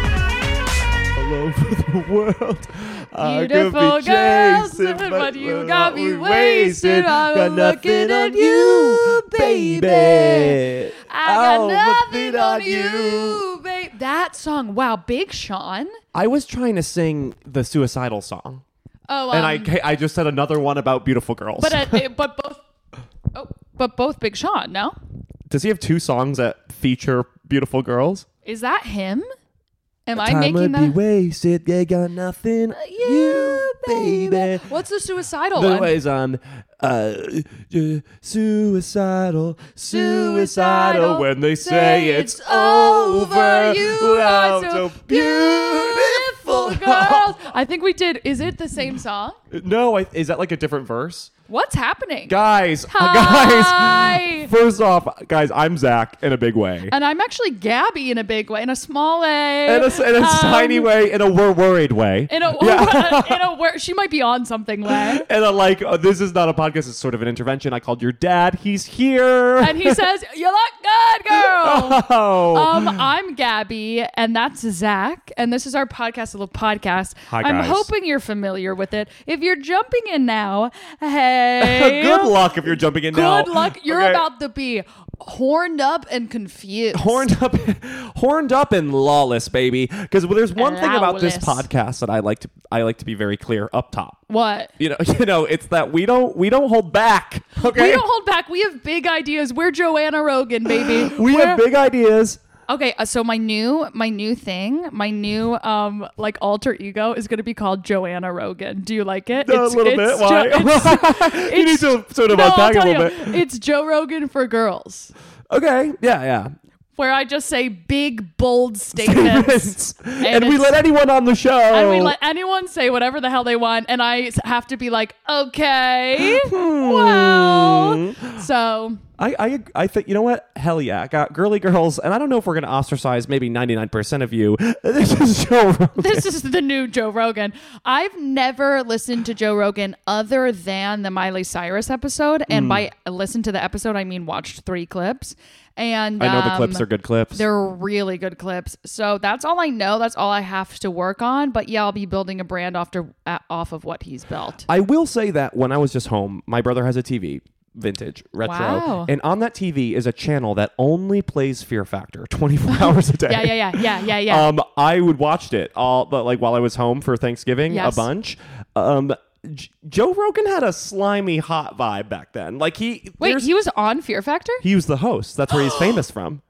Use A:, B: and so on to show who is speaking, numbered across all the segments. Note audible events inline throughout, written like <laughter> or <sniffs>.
A: all over <laughs> the world. I could be
B: Beautiful girls, <laughs>
A: chasing,
B: but you got me wasted. I'm
A: Got
B: looking
A: nothing
B: at
A: on you,
B: you,
A: baby.
B: I got
A: Oh,
B: nothing on you, babe. That song. Wow, Big Sean.
A: I was trying to sing the suicidal song,
B: Oh,
A: and I
B: um,
A: ca- I just said another one about beautiful girls.
B: But uh, it- but both. Oh, but both Big Sean. No,
A: Does he have two songs that feature beautiful girls?
B: is that him? Am I
A: Time
B: making
A: would
B: that?
A: be wasted. They got
B: Uh,
A: nothing. on you, baby.
B: What's the suicidal
A: The
B: one?
A: ways on uh, ju- suicidal,
B: Suicidal.
A: suicidal. When they say
B: Say
A: it's
B: it's over.
A: over,
B: You
A: I'm
B: are so
A: beautiful. <laughs>
B: Beautiful girls. I think we did. Is it the same song?
A: No, I, is that like a different verse?
B: What's happening?
A: Guys, <laughs>
B: Hi. Uh,
A: guys. First off, guys, I'm Zach in a big way.
B: And I'm actually Gabby in a big way, in a small way,
A: In a, in a
B: um,
A: tiny way, in a we're worried way. <laughs>
B: in a <laughs> in a where she might be on something way.
A: and I like, oh, this is not a podcast, it's sort of an intervention. I called your dad. He's here.
B: And he says, "You look good, girl."
A: <laughs> oh.
B: Um, I'm Gabby, and that's Zach, and this is our podcast, little podcast.
A: Hi,
B: I'm
A: guys.
B: hoping you're familiar with it. If you're jumping in now, hey,
A: <laughs> Good luck if you're jumping in now.
B: Good luck. You're
A: Okay.
B: about to be horned up and confused.
A: <laughs> horned up, <laughs> horned up and lawless, baby. Because there's one thing about this
B: Lawless.
A: podcast that I like to, I like to be very clear up top.
B: What?
A: You know, <laughs> you know, it's that we don't, we don't hold back. Okay,
B: We don't hold back. We have big ideas. We're Joanna Rogan, baby.
A: <gasps> We
B: We're-
A: have big ideas.
B: Okay, uh, so my new my new thing, my new um like alter ego is going to be called Joanna Rogan. Do you like it?
A: a little bit. Why?
B: Jo- it's-
A: <laughs>
B: <laughs>
A: you need
B: it's-
A: to sort of
B: no, I'll
A: unpack it a
B: tell
A: little
B: you,
A: bit.
B: It's Joe Rogan for girls,
A: Okay, yeah, yeah.
B: where I just say
A: <laughs>
B: big bold statements.
A: and, we
B: it's-
A: let anyone on the show.
B: And we let anyone say whatever the hell they want, and I s- have to be like, okay,
A: Hmm.
B: well, so
A: I, I, I think you know what? Hell yeah, I got girly girls, and I don't know if we're gonna ostracize maybe ninety nine percent of you. <laughs> This is Joe Rogan.
B: this is the new Joe Rogan. I've never listened to Joe Rogan other than the Miley Cyrus episode, and
A: Hmm.
B: by listen to the episode, I mean watched three clips. And
A: I know the
B: um,
A: clips are good clips.
B: They're really good clips. So that's all I know. That's all I have to work on. But yeah, I'll be building a brand after uh, off of what he's built.
A: I will say that when I was just home, my brother has a TV, vintage, retro,
B: Wow.
A: and on that TV is a channel that only plays Fear Factor 24 <laughs> hours a day.
B: Yeah, yeah, yeah, yeah, yeah, yeah.
A: Um, I would watched it all, but like while I was home for Thanksgiving,
B: Yes.
A: a bunch. Um, J- Joe Rogan had a slimy hot vibe back then. Like he,
B: Wait,
A: there's-
B: he was on Fear Factor.
A: he was the host. That's
B: <gasps>
A: where he's famous from.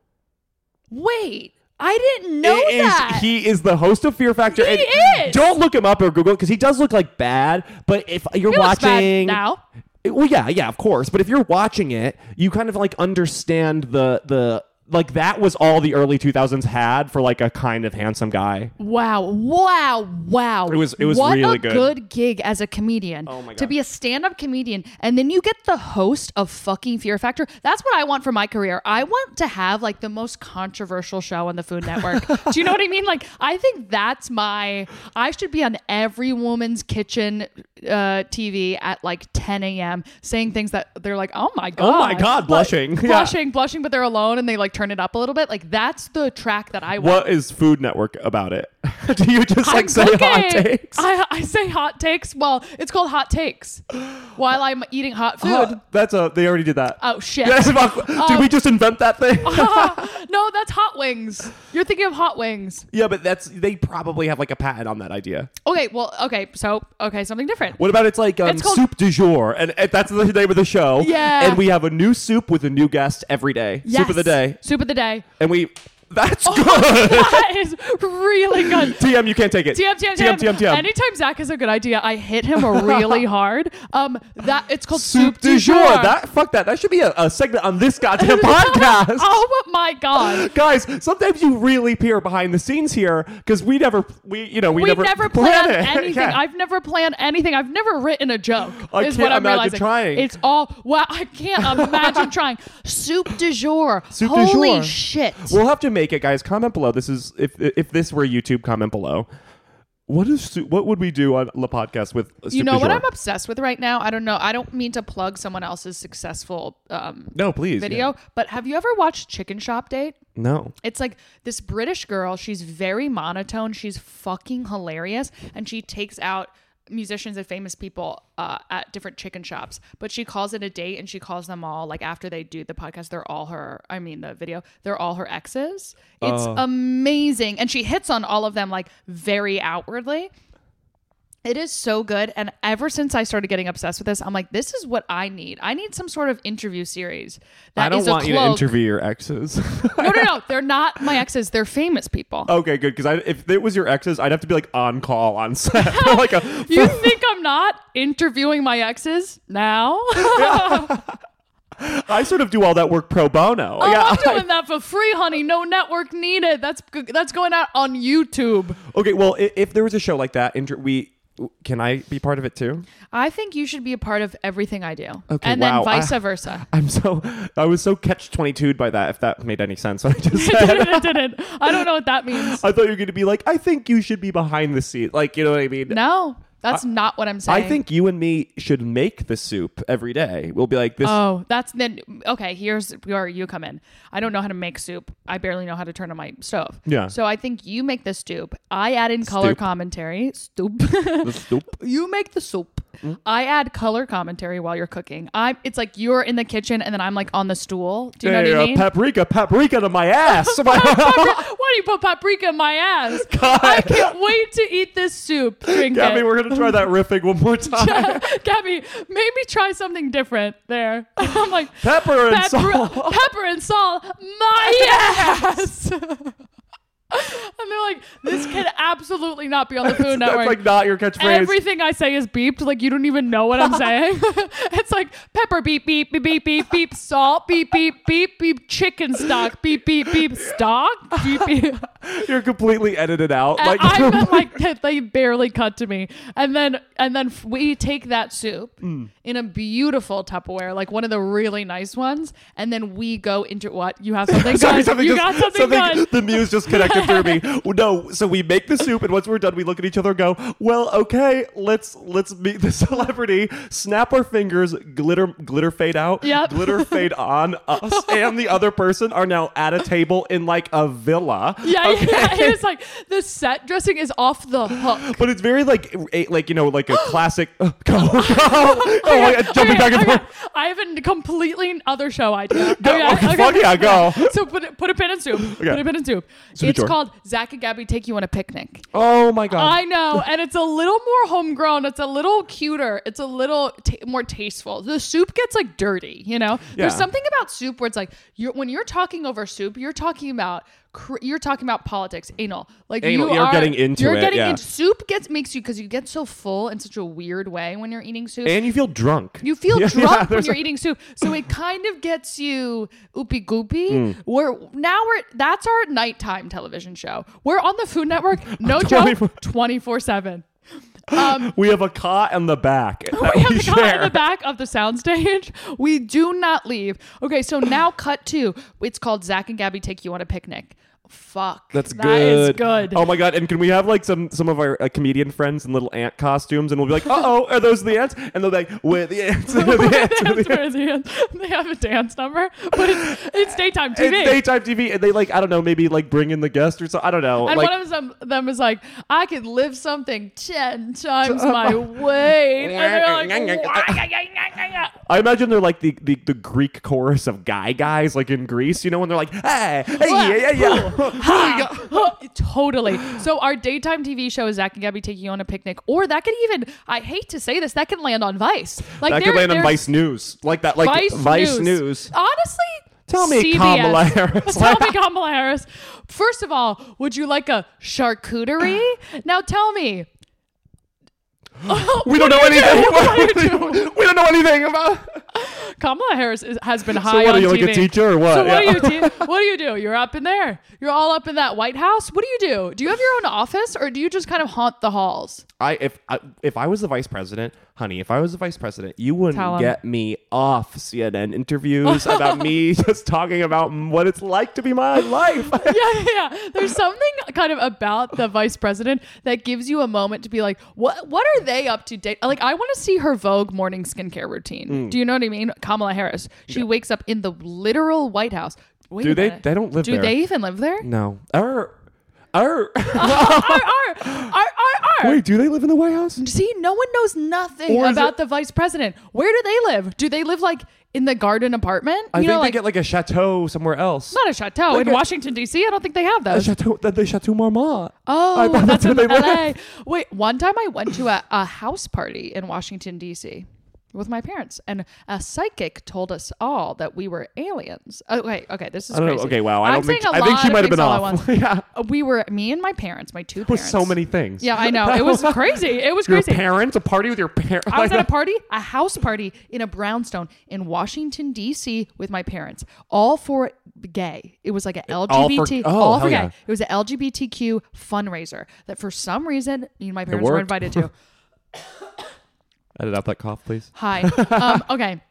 B: Wait, I didn't know
A: It is-
B: that.
A: he is the host of Fear Factor.
B: He
A: and
B: is!
A: Don't look him up or Google because he does look like bad. But if you're
B: He looks bad
A: watching
B: now.
A: It- Well, yeah, yeah, of course. But if you're watching it, you kind of like understand the the like that was all the early 2000s had for like a kind of handsome guy.
B: Wow! Wow! Wow! It
A: was- it was
B: what
A: really
B: a
A: good.
B: good gig as a comedian. Oh
A: my
B: To
A: God.
B: be a stand-up comedian and then you get the host of fucking Fear Factor. That's what I want for my career. I want to have like the most controversial show on the Food
A: <laughs>
B: Network. Do you know what I mean? Like I think that's my. I should be on every woman's kitchen uh, TV at like 10 a.m. saying things that they're like, oh my god,
A: my God,
B: But-
A: blushing. <laughs> Yeah.
B: blushing, blushing, but they're alone and they like turn it up a little bit. Like that's the track that I want.
A: What is Food Network about it? <laughs> Do you just like
B: I'm
A: say hot
B: cooking.
A: takes?
B: I, I say hot takes. Well, it's called hot takes while I'm eating hot
A: <laughs>
B: food. <laughs>
A: Hot- that's a they already did that.
B: oh shit. Oh.
A: Yes, fuck. <laughs> Did we just invent that
B: <laughs>
A: thing? <laughs>
B: no, that's hot wings. You're thinking of hot wings.
A: yeah, but that's they probably have like a patent on that idea.
B: Okay, well, okay, so okay, something different.
A: What about it's like um,
B: It's called-
A: soup du jour, and, and that's the name of the show.
B: Yeah.
A: and we have a new soup with a new guest every day. Soup of the
B: Yes. Oh
A: day, <laughs>
B: Soup of the day.
A: and we That's good. <laughs>
B: that is really good.
A: TM, you can't take it.
B: TM, TM, TM, TM, Anytime Zach has a good idea, I hit
A: <laughs>
B: him really hard. Um, that it's called soup,
A: Soup du jour.
B: <laughs>
A: That fuck that. That should be a, a segment on this goddamn podcast.
B: oh my god.
A: Guys, sometimes you really peer behind the scenes here because we never, we you know, we,
B: We've
A: <laughs>
B: never,
A: plan
B: planned
A: it.
B: anything.
A: Yeah.
B: I've never planned anything. I've never written a joke.
A: I
B: is
A: can't
B: what
A: imagine
B: I'm realizing.
A: trying.
B: It's all wow.
A: <laughs>
B: I can't imagine trying. Soup du jour.
A: Soup du
B: Holy
A: jour.
B: shit.
A: We'll have to make it, guys. Comment below. This is if if this were YouTube, comment below. What is su- what would we do on the podcast with? Soup
B: you know
A: du
B: what
A: jour?
B: I'm obsessed with right now? I don't know. I don't mean to plug someone else's successful um,
A: No, please.
B: video,
A: yeah.
B: but have you ever watched Chicken Shop Date?
A: No.
B: It's like this British girl. She's very monotone. She's fucking hilarious, and she takes out musicians and famous people uh, at different chicken shops. But she calls it a date, and she calls them all like after they do the podcast, they're all her. I mean, the video, they're all her exes. It's
A: Oh.
B: amazing, and she hits on all of them like very outwardly. It is so good. And ever since I started getting obsessed with this, I'm like, this is what I need. I need some sort of interview series. that is
A: I don't
B: a
A: want you to
B: cloak-
A: interview your exes. <laughs>
B: no, no, no. They're not my exes. They're famous people.
A: okay, good. Because if it was your exes, I'd have to be like on call on
B: <laughs>
A: set, <laughs> like uh, a
B: You think I'm not interviewing my exes
A: <laughs>
B: now? <laughs>
A: I sort of do all that work pro bono.
B: Oh,
A: <laughs> yeah.
B: I'm doing that for free, honey. No network needed. That's g- that's going out on YouTube.
A: okay. Well, if, if there was a show like that, inter- we can I be part of it too?
B: I think you should be a part of everything I do,
A: Okay,
B: and
A: wow.
B: then vice
A: I-
B: versa.
A: <laughs>
B: <laughs>
A: I'm so I was so catch twenty two by that. If that made any sense, what I
B: <laughs>
A: just
B: I
A: said.
B: didn't, I didn't. I don't know what that
A: <laughs>
B: means.
A: I thought you were going to be like, I think you should be behind the scenes. Like, you know what I mean?
B: No, that's not what I'm saying.
A: I think you and me should make the soup every day. We'll be like this.
B: Oh, that's then. Okay, here's where you come in. I don't know how to make soup. I barely know how to turn on my stove.
A: Yeah.
B: So I think you make the soup. I add in color
A: Stoop.
B: commentary.
A: <laughs>
B: Stoop. <laughs>
A: the soup.
B: you make the soup.
A: Mm-hmm.
B: I add color commentary while you're cooking. I it's like you're in the kitchen and then I'm like on the stool. Do you know
A: Hey,
B: what I
A: uh,
B: mean?
A: paprika, paprika to my ass. <laughs>
B: <laughs> Why do you put paprika in my ass? I can't wait to eat this
A: <laughs>
B: soup. Drink
A: Gabby,
B: it.
A: we're going to try that riffing one
B: <laughs>
A: more time.
B: Gabby, maybe try something different there. <laughs> I'm like
A: Pepper and salt.
B: <laughs> pepper and salt, my <laughs> ass. and they're like, this can absolutely not be
A: <laughs>
B: on the Food
A: That's
B: Network.
A: like not your catchphrase.
B: Everything I say is beeped. Like you don't even know what I'm saying. <laughs> it's like pepper beep beep beep beep beep beep salt beep beep beep beep chicken stock beep beep beep stock beep
A: <laughs>
B: beep.
A: You're completely edited out.
B: And
A: Like,
B: Uh,
A: <laughs>
B: I meant like that they barely cut to me. And then and then f- we take that soup
A: Mm.
B: in a beautiful Tupperware, like one of the really nice ones, and then we go into what? You have
A: <laughs>
B: something
A: Sorry,
B: good.
A: something
B: you
A: just-
B: got something, good.
A: The muse just connected through
B: <laughs>
A: me. No, so we make the soup, and once we're done, we look at each other and go, "Well, okay, let's let's meet the <laughs> celebrity. Snap our fingers, glitter glitter fade out,
B: Yep.
A: glitter
B: <laughs>
A: fade on. Us and the other person are now at a table in like a villa.
B: <laughs> Yeah,
A: <laughs> Okay?
B: yeah. <laughs> It's like the set dressing is off the hook.
A: But it's very like a- like you know like a
B: <gasps>
A: classic uh, go
B: <laughs>
A: go oh, like, jumping
B: Okay,
A: back and
B: okay.
A: forth.
B: I have a other other
A: <laughs>
B: show idea.
A: Go, okay, fuck yeah, go.
B: <laughs> So put it, put a pin in soup. Put a pin in soup.
A: Soup
B: it's
A: drawer.
B: called Zach and Gabby take you on a picnic.
A: Oh my god!
B: I
A: <laughs>
B: know, and it's a little more homegrown. It's a little cuter. It's a little ta more tasteful. The soup gets like dirty, you know. There's
A: Yeah.
B: something about soup where it's like you're when you're talking over soup, you're talking about cr- you're talking about politics, anal. Like
A: Anal,
B: you
A: you're
B: are
A: getting into
B: you're
A: it,
B: getting
A: yeah.
B: into soup gets makes you because you get so full in such a weird way when you're eating soup.
A: and you feel drunk.
B: You feel
A: <laughs> Yeah, yeah,
B: drunk when
A: there's
B: you're
A: a-
B: eating soup, so it kind of gets you oopy goopy.
A: Mm.
B: We're now we're that's our nighttime television show. We're on the
A: <laughs>
B: Food Network, no <laughs>
A: 24
B: joke, twenty four seven. Um,
A: we have a cot in the back. that <laughs>
B: <laughs> we have the car in
A: share.
B: the back of the soundstage. <laughs> We do not leave. Okay,
A: <clears throat>
B: so now cut to it's called Zach and Gabby take you on a picnic. Fuck,
A: That's good.
B: That is good.
A: Oh my god! And can we have like some some of our uh, comedian friends in little ant costumes, and we'll be
B: <laughs>
A: like, "Uh oh, are those the ants?" And they'll be like, "We're the ants." <laughs> We're the ants.
B: <laughs>
A: We're the ants.
B: Where's the ants? they have a dance number, but it's, it's daytime TV.
A: It's daytime TV, and they like I don't know, maybe like bring in the guest or something. I don't know.
B: And
A: like,
B: one of them, them is like, I could live something
A: <laughs>
B: 10 times my weight. And they're like, "Wah."
A: I imagine they're like the, the the Greek chorus of guy guys, like in Greece, you know, when they're like, "Hey, hey, yeah, yeah, <laughs> yeah."
B: <laughs> totally. So our daytime TV show is Zach and Gabby taking you on a picnic, or that could even, I hate to say this, that can land on Vice. Like
A: that
B: there-
A: could land on
B: there's
A: Vice News, like that, like
B: Vice,
A: Vice, News.
B: Honestly,
A: Tell me,
B: CBS.
A: Kamala Harris.
B: <laughs> tell me, Kamala Harris. First of all, would you like a charcuterie? now tell me.
A: we
B: <laughs>
A: don't know <laughs> anything. <laughs> we don't know anything about.
B: Kamala Harris is, has been high
A: So what
B: on
A: are you like
B: TV.
A: a teacher or what?
B: So what
A: Yeah.
B: do you te- what do you do? You're up in there. You're all up in that White House. What do you do? Do you have your own office or do you just kind of haunt
A: <laughs>
B: the halls?
A: <laughs> I if I, if I was the vice president, honey, if I was the vice president, you wouldn't
B: Tell 'em.
A: get me off CNN interviews about
B: <laughs>
A: me just talking about what it's like to be my life.
B: yeah, yeah. yeah. There's something kind of about the vice president that gives you a moment to be like, what what are they up to date? Like I want to see her Vogue morning skincare routine.
A: Mm.
B: Do you know what I mean? Kamala Harris. She wakes up in the literal White House. Wait
A: Do
B: a
A: they-
B: minute.
A: they don't live
B: Do
A: there.
B: they even live there?
A: no, er, er.
B: Uh, Arr, arr, arr, arr, arr.
A: Wait, do they live in the White House?
B: See, no one knows nothing
A: Or is
B: about
A: it-
B: the vice president. Where do they live? Do they live like in the garden apartment? You
A: I think
B: know,
A: they
B: like,
A: get like a chateau somewhere else.
B: not a chateau in
A: a-
B: Washington D.C. I don't think they have
A: a
B: those.
A: chateau, the, the Chateau Marmont. I
B: Oh,
A: bet
B: that's
A: where
B: in
A: they live.
B: LA. Wait, one time I went to a, a house party in Washington, D.C. with my parents, and a psychic told us all that we were aliens. Okay, okay, this is
A: I don't
B: crazy.
A: know. Okay, wow. I
B: I'm
A: don't think
B: saying a
A: I think
B: lot
A: she
B: of
A: might have been
B: things all at
A: off. <laughs>
B: once.
A: yeah,
B: Uh, We were, me and my parents, my two
A: with
B: parents.
A: so many things.
B: Yeah,
A: <laughs>
B: I know. It was crazy. It was
A: Your
B: crazy.
A: parents, a party with your parents.
B: I was at a party, a house party in a brownstone in Washington D.C. with my parents, all for gay. It was like an
A: all for-
B: LGBT,
A: oh,
B: all
A: hell
B: for, gay.
A: yeah.
B: It was an LGBTQ fundraiser that for some reason you know, my parents were
A: worked. <laughs>
B: invited to.
A: Edit out that cough, please.
B: Hi. Um, okay.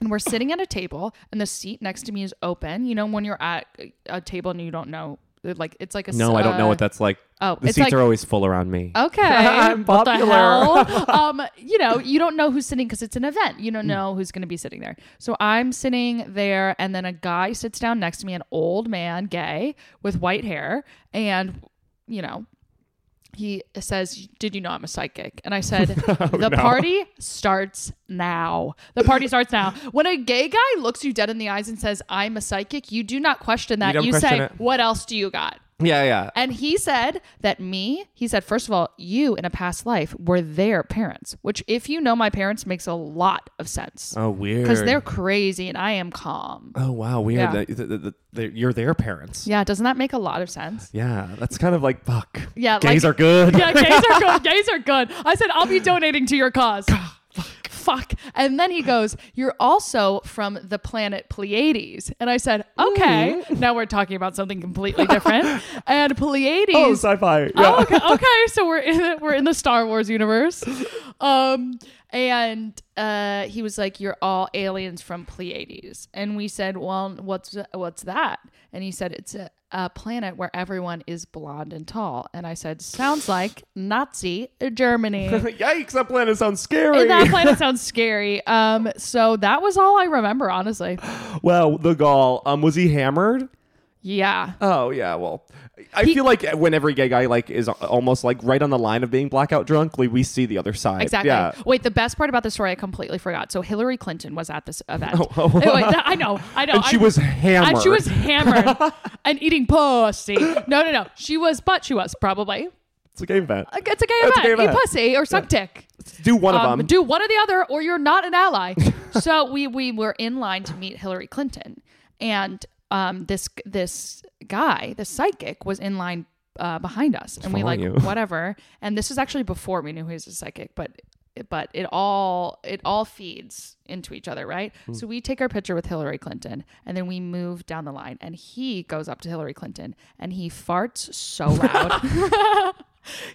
B: And we're sitting at a table, and the seat next to me is open. You know, when you're at a table and you don't know, like it's like a
A: No, I don't know
B: uh,
A: what that's like.
B: oh,
A: the
B: it's
A: seats
B: like-
A: are always full around me. <laughs>
B: Okay.
A: I'm
B: What the
A: popular. <laughs>
B: hell? um, you know, you don't know who's sitting because it's an event. You don't
A: Mm.
B: know who's going to be sitting there. So I'm sitting there, and then a guy sits down next to me, an old man, gay, with white hair, and you know. He says, Did you know I'm a psychic? And I said,
A: <laughs> Oh,
B: The party starts now. The
A: <laughs>
B: party starts now. When a gay guy looks you dead in the eyes and says, I'm a psychic, you do not question that.
A: don't
B: you
A: question
B: say,
A: it.
B: What else do you got?
A: Yeah, yeah.
B: And he said that me, he said, first of all, you in a past life were their parents, which, if you know my parents, makes a lot of sense.
A: Oh, weird.
B: Because they're crazy and I am calm.
A: Oh wow, weird.
B: Yeah.
A: That, that- that- that- that- you're their parents.
B: Yeah, doesn't that make a lot
A: <laughs>
B: of sense?
A: Yeah, that's kind of like fuck.
B: Yeah,
A: gays
B: like-
A: are good.
B: Yeah, gays are good. Gays are good. I said, I'll be donating to your cause. Fuck. And then he goes, You're also from the planet Pleiades. And I said, Okay, now we're talking about something
A: <laughs>
B: completely different. and Pleiades.
A: <laughs> Oh, sci-fi. Yeah.
B: Oh, okay, okay. So we're in the, we're in the Star Wars universe, um, and uh, he was like, "You're all aliens from Pleiades," and we said, "Well, what's what's that?" And he said, "It's a, a planet where everyone is blonde and tall." And I said, "Sounds like Nazi
A: <laughs>
B: Germany."
A: <laughs> Yikes! That planet sounds scary. <laughs>
B: And that planet sounds scary. Um, so that was all I remember, honestly.
A: well, the Gaul. Um, was he hammered?
B: Yeah.
A: Oh yeah. Well, I
B: He-
A: feel like when every gay guy like is almost like right on the line of being blackout drunk, like, we see the other side.
B: Exactly.
A: Yeah.
B: Wait, the best part about the story I completely forgot. So Hillary Clinton was at this event.
A: <laughs> oh.
B: Wait, that- I know, I know.
A: And she
B: I-
A: was hammered.
B: And she was hammered
A: <laughs>
B: and eating pussy. No, no, no. She was, but she was probably.
A: It's a game event.
B: Like, It's a gay
A: It's
B: event.
A: a gay event.
B: Eat pussy or suck dick.
A: Do one of
B: Um,
A: them.
B: do one or the other, or you're not
A: <laughs>
B: an ally. so we we were in line to meet Hillary Clinton, and um, this this guy, the psychic, was in line uh, behind us, and we like
A: Following you. <laughs>
B: whatever. And this is actually before we knew he was a psychic, but but it all it all feeds into each other, right?
A: Hmm.
B: So we take our picture with Hillary Clinton, and then we move down the line, and he goes up to Hillary Clinton, and he farts
A: <laughs>
B: so loud.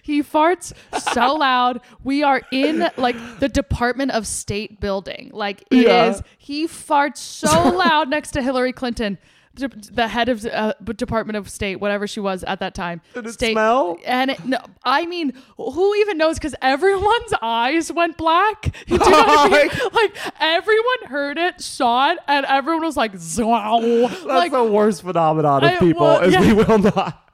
B: He farts so <laughs> loud. We are in like the Department of State building. Like it is.
A: Yeah.
B: He farts so
A: <laughs>
B: loud next to Hillary Clinton, d- the head of uh, Department of State, whatever she was at that time. Did
A: it smell?
B: And it, no, I mean, who even knows? Because everyone's <laughs> eyes went black. <laughs> You
A: <laughs>
B: do know what I mean? Like everyone heard it, saw it, and everyone was like, "Zow!"
A: That's
B: like
A: the worst phenomenon
B: I-
A: of people,
B: well,
A: is
B: yeah.
A: we will not <laughs>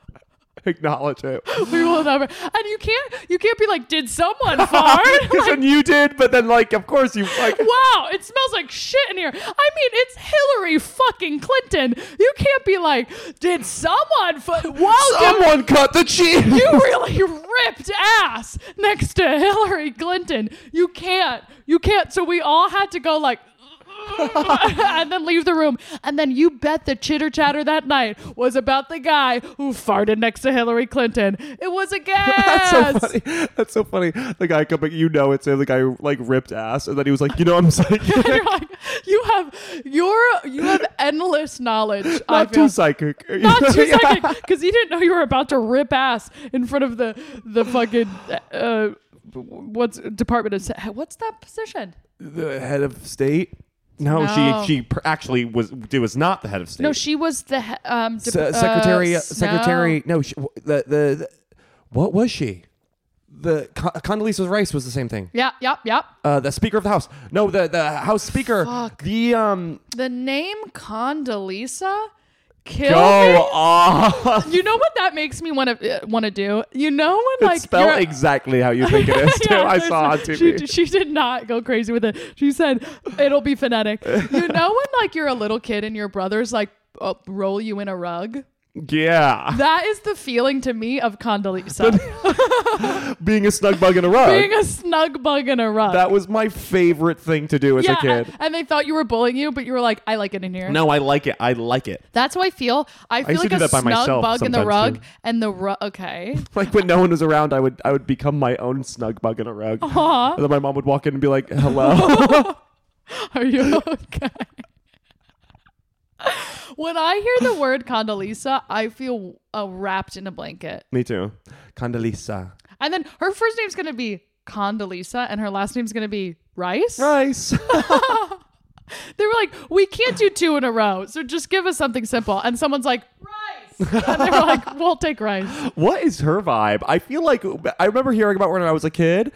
A: acknowledge it.
B: we will never. And you can't, you can't be like, "Did someone
A: <laughs>
B: fart?"
A: Because then you did, but then like, of course you like.
B: wow, it smells like shit in here. I mean, it's Hillary fucking Clinton. You can't be like, did someone? Fu- wow, dude,
A: Someone cut the cheese. <laughs>
B: <laughs> you really ripped ass next to Hillary Clinton. You can't. You can't. So we all had to go like. <laughs> and then leave the room. And then you bet the chitter chatter that night was about the guy who farted next to Hillary Clinton. It was a gas.
A: <laughs> That's
B: <laughs>
A: so funny. That's so funny. The guy coming, you know, it's him. The guy who, like ripped ass, and then he was like, you know, I'm <laughs> psychic,
B: You're like, you have your you have endless knowledge. I
A: not
B: feel.
A: too psychic.
B: <laughs> not
A: <laughs>
B: two seconds because you didn't know you were about to rip ass in front of the the fucking uh, what's department of Sa- what's that position?
A: the head of state. No,
B: No.
A: she she pr- actually was it was not the head of state.
B: No, she was the he- um
A: Se-
B: dep- uh,
A: secretary.
B: s-
A: secretary. No, she, w- the, the the what was she? The Con- Condoleezza Rice was the same thing.
B: no. Yeah, yep, yep.
A: Uh, the Speaker of the House. No, the the House Speaker.
B: Fuck.
A: The um.
B: The name Condoleezza killed
A: Go
B: me.
A: off.
B: You know what that makes me want to uh, want to do? You know when <laughs> like
A: It's spelled
B: you're-
A: exactly how you think it is. Too.
B: <laughs> Yeah,
A: I saw on
B: there's-
A: TV.
B: She, she did not go crazy with it. She said it'll be phonetic.
A: <laughs>
B: You know when like you're a little kid and your brother's like uh, roll you in a rug.
A: yeah,
B: That is the feeling to me of Condoleezza
A: being a snug bug in a rug.
B: being a snug bug in a rug.
A: that was my favorite thing to do as
B: yeah,
A: a kid.
B: and they thought you were bullying you, but you were like, I like it in here.
A: No, I like it. I like it.
B: That's how I feel. I feel
A: used to
B: like
A: do
B: a
A: that by
B: snug
A: myself
B: bug in the
A: sometimes,
B: rug
A: too.
B: and the rug. Okay.
A: <laughs> Like when no one was around, I would I would become my own snug bug in a rug.
B: Aw.
A: And then my mom would walk in and be like,
B: <laughs>
A: "Hello."
B: Are you okay? when I hear the word Condoleezza, I feel uh, wrapped in a blanket.
A: Me too. Condoleezza
B: And then her first name's going to be Condoleezza and her last name's going to be Rice.
A: Rice. <laughs>
B: They were like, we can't do two in a row. So just give us something simple. And someone's like, Rice. And they were like, we'll take Rice.
A: what is her vibe? I feel like I remember hearing about her when I was a kid.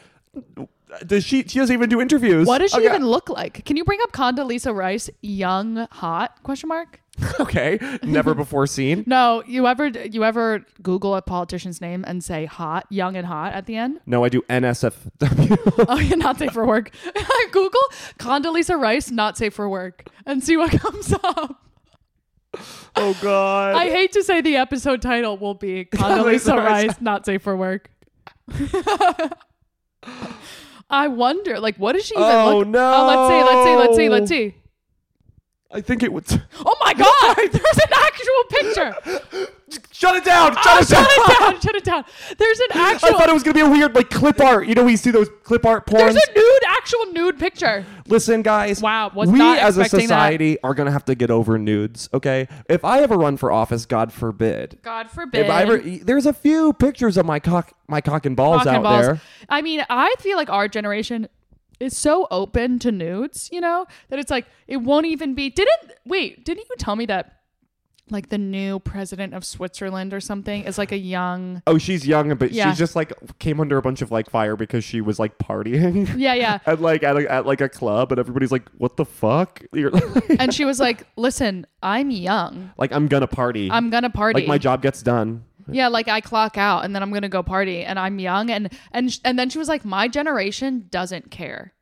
A: Does she? She doesn't even do interviews.
B: What does she
A: Okay.
B: even look like? Can you bring up Condoleezza Rice, young, hot? Question mark.
A: <laughs> Okay,
B: <laughs>
A: never before seen.
B: No, you ever you ever Google a politician's name and say hot, young, and hot at the end?
A: No, I do
B: <laughs>
A: NSFW.
B: Oh, you're not safe for work. <laughs> Google Condoleezza Rice, not safe for work, and see what <laughs> comes up.
A: oh God.
B: I hate to say the episode title will be
A: <laughs>
B: Condoleezza
A: Condoleezza Rice.
B: Rice, not safe for work. <laughs> I wonder, like, what does she even
A: Oh,
B: look? Oh, let's see, let's see, let's see, let's
A: no.
B: see.
A: I think it would. <gasps>
B: Oh my God! <laughs> There's an actual picture.
A: Shut it down! <laughs> Shut
B: Oh,
A: it down!
B: shut it down! Shut it down! There's an
A: <laughs> I
B: actual.
A: thought it was gonna be a weird like clip art. You know, we see those clip art porns.
B: There's a nude, actual nude picture.
A: Listen, guys.
B: Wow, was
A: we
B: not
A: as a
B: expecting that.
A: society are gonna have to get over nudes. Okay, if I ever run for office, God forbid.
B: God forbid.
A: If I ever, there's a few pictures of my cock, my cock and balls
B: Cock
A: out
B: and balls.
A: there.
B: I mean, I feel like our generation is so open to nudes, you know, that it's like it won't even be. Didn't wait? Didn't you tell me that? Like the new president of Switzerland or something is like a young.
A: Oh, she's young, but
B: Yeah.
A: she just like came under a bunch of like fire because she was like partying. <laughs>
B: Yeah, yeah.
A: At like at, a, at like a club, and everybody's like, "What the fuck?" You're like, <laughs>
B: And she was like, "Listen, I'm young.
A: like, I'm gonna party.
B: I'm gonna party.
A: like my job gets done.
B: Yeah, like I clock out and then I'm gonna go party and I'm young and and sh- and then she was like, my generation doesn't care,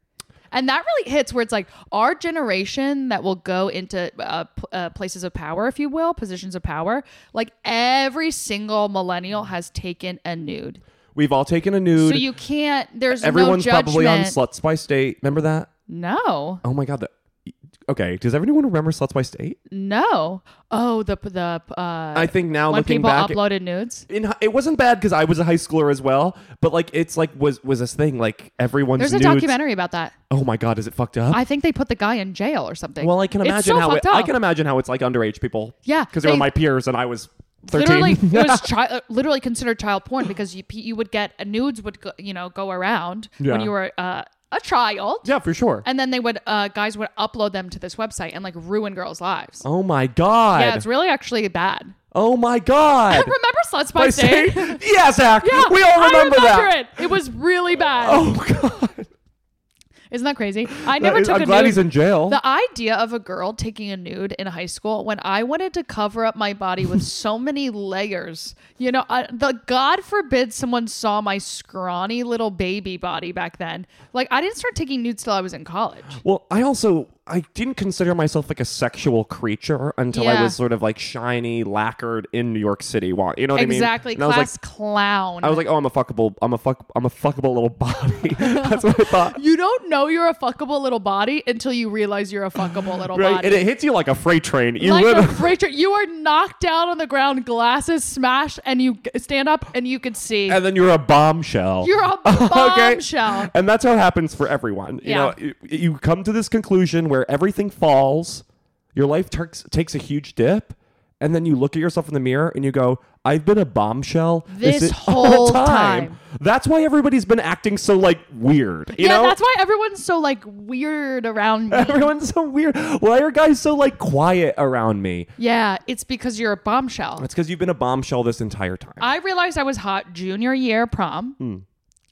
B: and that really hits where it's like our generation that will go into uh, p- uh, places of power, if you will, positions of power. Like every single millennial has taken a nude,
A: We've all taken a nude.
B: so you can't. There's
A: Everyone's
B: no
A: probably on
B: judgment.
A: Sluts by State. Remember that?
B: No,
A: Oh my god. That, okay. Does everyone remember Sluts by State?
B: no. Oh, the the uh,
A: I think now
B: when
A: looking
B: people
A: back, it-
B: uploaded nudes.
A: in, hi- it wasn't bad because I was a high schooler as well. But like, it's like was was this thing like everyone's
B: There's a
A: nudes-
B: documentary about that.
A: Oh my god, is it fucked up?
B: I think they put the guy in jail or something.
A: well, I can
B: It's
A: imagine
B: so
A: how it,
B: fucked
A: I
B: up.
A: can imagine how it's like underage people.
B: Yeah,
A: because they, were
B: they-
A: my peers and I was thirteen.
B: Literally,
A: <laughs>
B: it was chi- uh, literally considered child porn because you you would get uh, nudes would go, you know go around
A: Yeah.
B: when you were uh, a child,
A: yeah, for sure.
B: and then they would uh, guys would upload them to this website and like ruin girls' lives.
A: oh my god.
B: Yeah, it's really
A: <laughs>
B: actually bad.
A: oh my god.
B: Remember sluts
A: I
B: by
A: say,
B: state?
A: <laughs> yeah, Zach.
B: <laughs> Yeah,
A: we all
B: I
A: remember, that.
B: It. it was really bad.
A: Oh <laughs> god.
B: Isn't that crazy? I never took
A: I'm
B: a
A: glad
B: nude.
A: he's in jail.
B: The idea of a girl taking a nude in high school when I wanted to cover up my body
A: <laughs>
B: with so many layers, you know, I, the God forbid someone saw my scrawny little baby body back then. Like I didn't start taking nudes till I was in college.
A: Well, I also I didn't consider myself like a sexual creature until I
B: Yeah.
A: was sort of like shiny, lacquered in New York City. Wa- You know what
B: exactly.
A: I mean? And I was like,
B: Class clown.
A: I was like, oh, I'm a fuckable, I'm a fuck, I'm a fuckable little body. <laughs> That's what I thought.
B: you don't know you're a fuckable little body until you realize you're a fuckable <laughs> little
A: Right?
B: body.
A: And it hits you like a freight train. You
B: like a
A: literally-
B: <laughs> freight train. You are knocked down on the ground, glasses smashed, and you g- stand up and you can see.
A: and then you're a bombshell. <laughs>
B: You're a bombshell.
A: And that's how it happens for everyone. You
B: Yeah.
A: know, you, you come to this conclusion where everything falls, your life turks takes a huge dip, and then you look at yourself in the mirror and you go, I've been a bombshell <laughs>
B: This
A: en-
B: whole time.
A: That's why everybody's been acting so like weird. You
B: yeah,
A: know?
B: that's why everyone's so like weird around
A: <laughs>
B: me.
A: Everyone's so weird. Why are guys so like quiet around me?
B: yeah, it's because you're a bombshell.
A: That's because you've been a bombshell this entire time.
B: I realized I was hot junior year prom.
A: Hmm.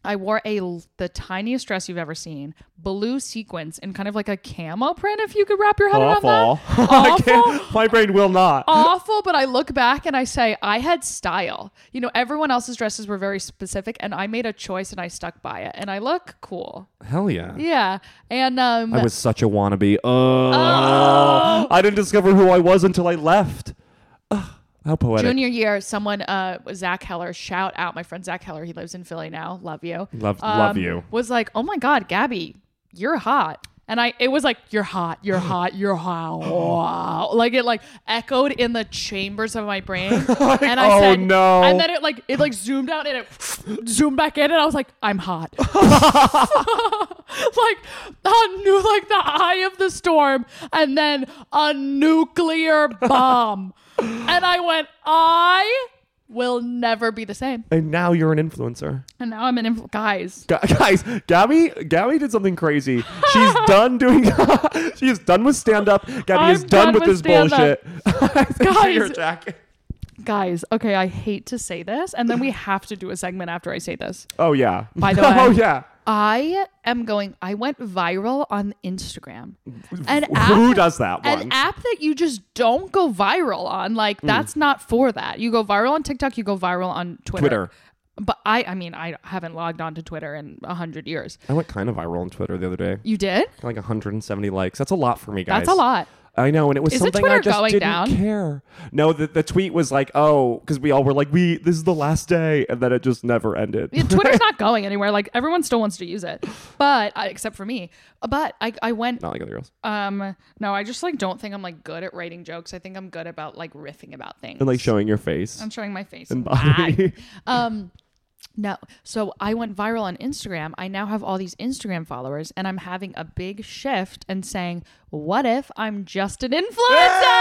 B: I wore a l- the tiniest dress you've ever seen, blue sequins, and kind of like a camo print. If you could wrap your head around
A: Awful. <laughs>
B: that,
A: I
B: awful.
A: can't- My brain will not.
B: awful, but I look back and I say, I had style. You know, everyone else's dresses were very specific, and I made a choice and I stuck by it. And I look
A: <sighs>
B: cool.
A: Hell yeah.
B: Yeah. And um,
A: I was such a wannabe.
B: Oh.
A: Ugh. I didn't discover who I was until I left. Ugh, how poetic.
B: junior year, someone, uh, Zach Heller, shout out my friend Zach Heller. He lives in Philly now. Love you. Um,
A: Love- love you.
B: Was like, oh my God, Gabby, you're hot. And I, it was like, you're hot,
A: <laughs>
B: you're hot, you're hot. Wow. Like it like echoed in the chambers of my
A: <laughs>
B: brain. and I
A: oh,
B: said,
A: no.
B: And then it like, it like zoomed out and it <sniffs> zoomed back in. And I was like, I'm
A: <laughs>
B: hot. <laughs> like a new like the eye of the storm and then a
A: <laughs>
B: nuclear bomb and i went i will never be the same
A: and now you're an influencer.
B: and now i'm an inf- guys
A: Gu- <laughs> Guys, Gabby, Gabby did something crazy.
B: <laughs>
A: She's done doing. <laughs> she is done with stand up. Gabby
B: I'm
A: is done,
B: done
A: with,
B: with
A: this
B: stand-up.
A: bullshit. <laughs> I think
B: Guys.
A: you're attacking-
B: guys okay i hate to say this
A: <laughs>
B: and then we have to do a segment after i say this
A: Oh yeah.
B: By
A: <laughs>
B: the
A: oh
B: way.
A: yeah.
B: i am going i went viral on instagram an
A: Who
B: app-
A: does that one?
B: an app that you just don't go viral on
A: Mm.
B: like that's not for that you go viral on tiktok you go viral on
A: Twitter.
B: But I, I mean, I haven't logged on to Twitter in a hundred years.
A: I went kind of viral on Twitter the other day.
B: You did?
A: Like 170 likes. That's a lot for me, guys.
B: That's a lot.
A: I know, and it was
B: Isn't
A: something I
B: Twitter
A: just
B: going
A: didn't
B: down?
A: care. No, the, the tweet was like, "Oh," because we all were like, "We this is the last day," and then it just never ended. <laughs>
B: Yeah, Twitter's not going anywhere. Like everyone still wants to use it, but I, except for me. But I, I went.
A: Not like other girls,
B: Um, no, I just like don't think I'm like good at writing jokes. I think I'm good about like riffing about things.
A: and like showing your face. <laughs>
B: I'm showing my face.
A: and body.
B: Um, no. So I went viral on Instagram. I now have all these Instagram followers, and I'm having a big shift and saying, "What if I'm just an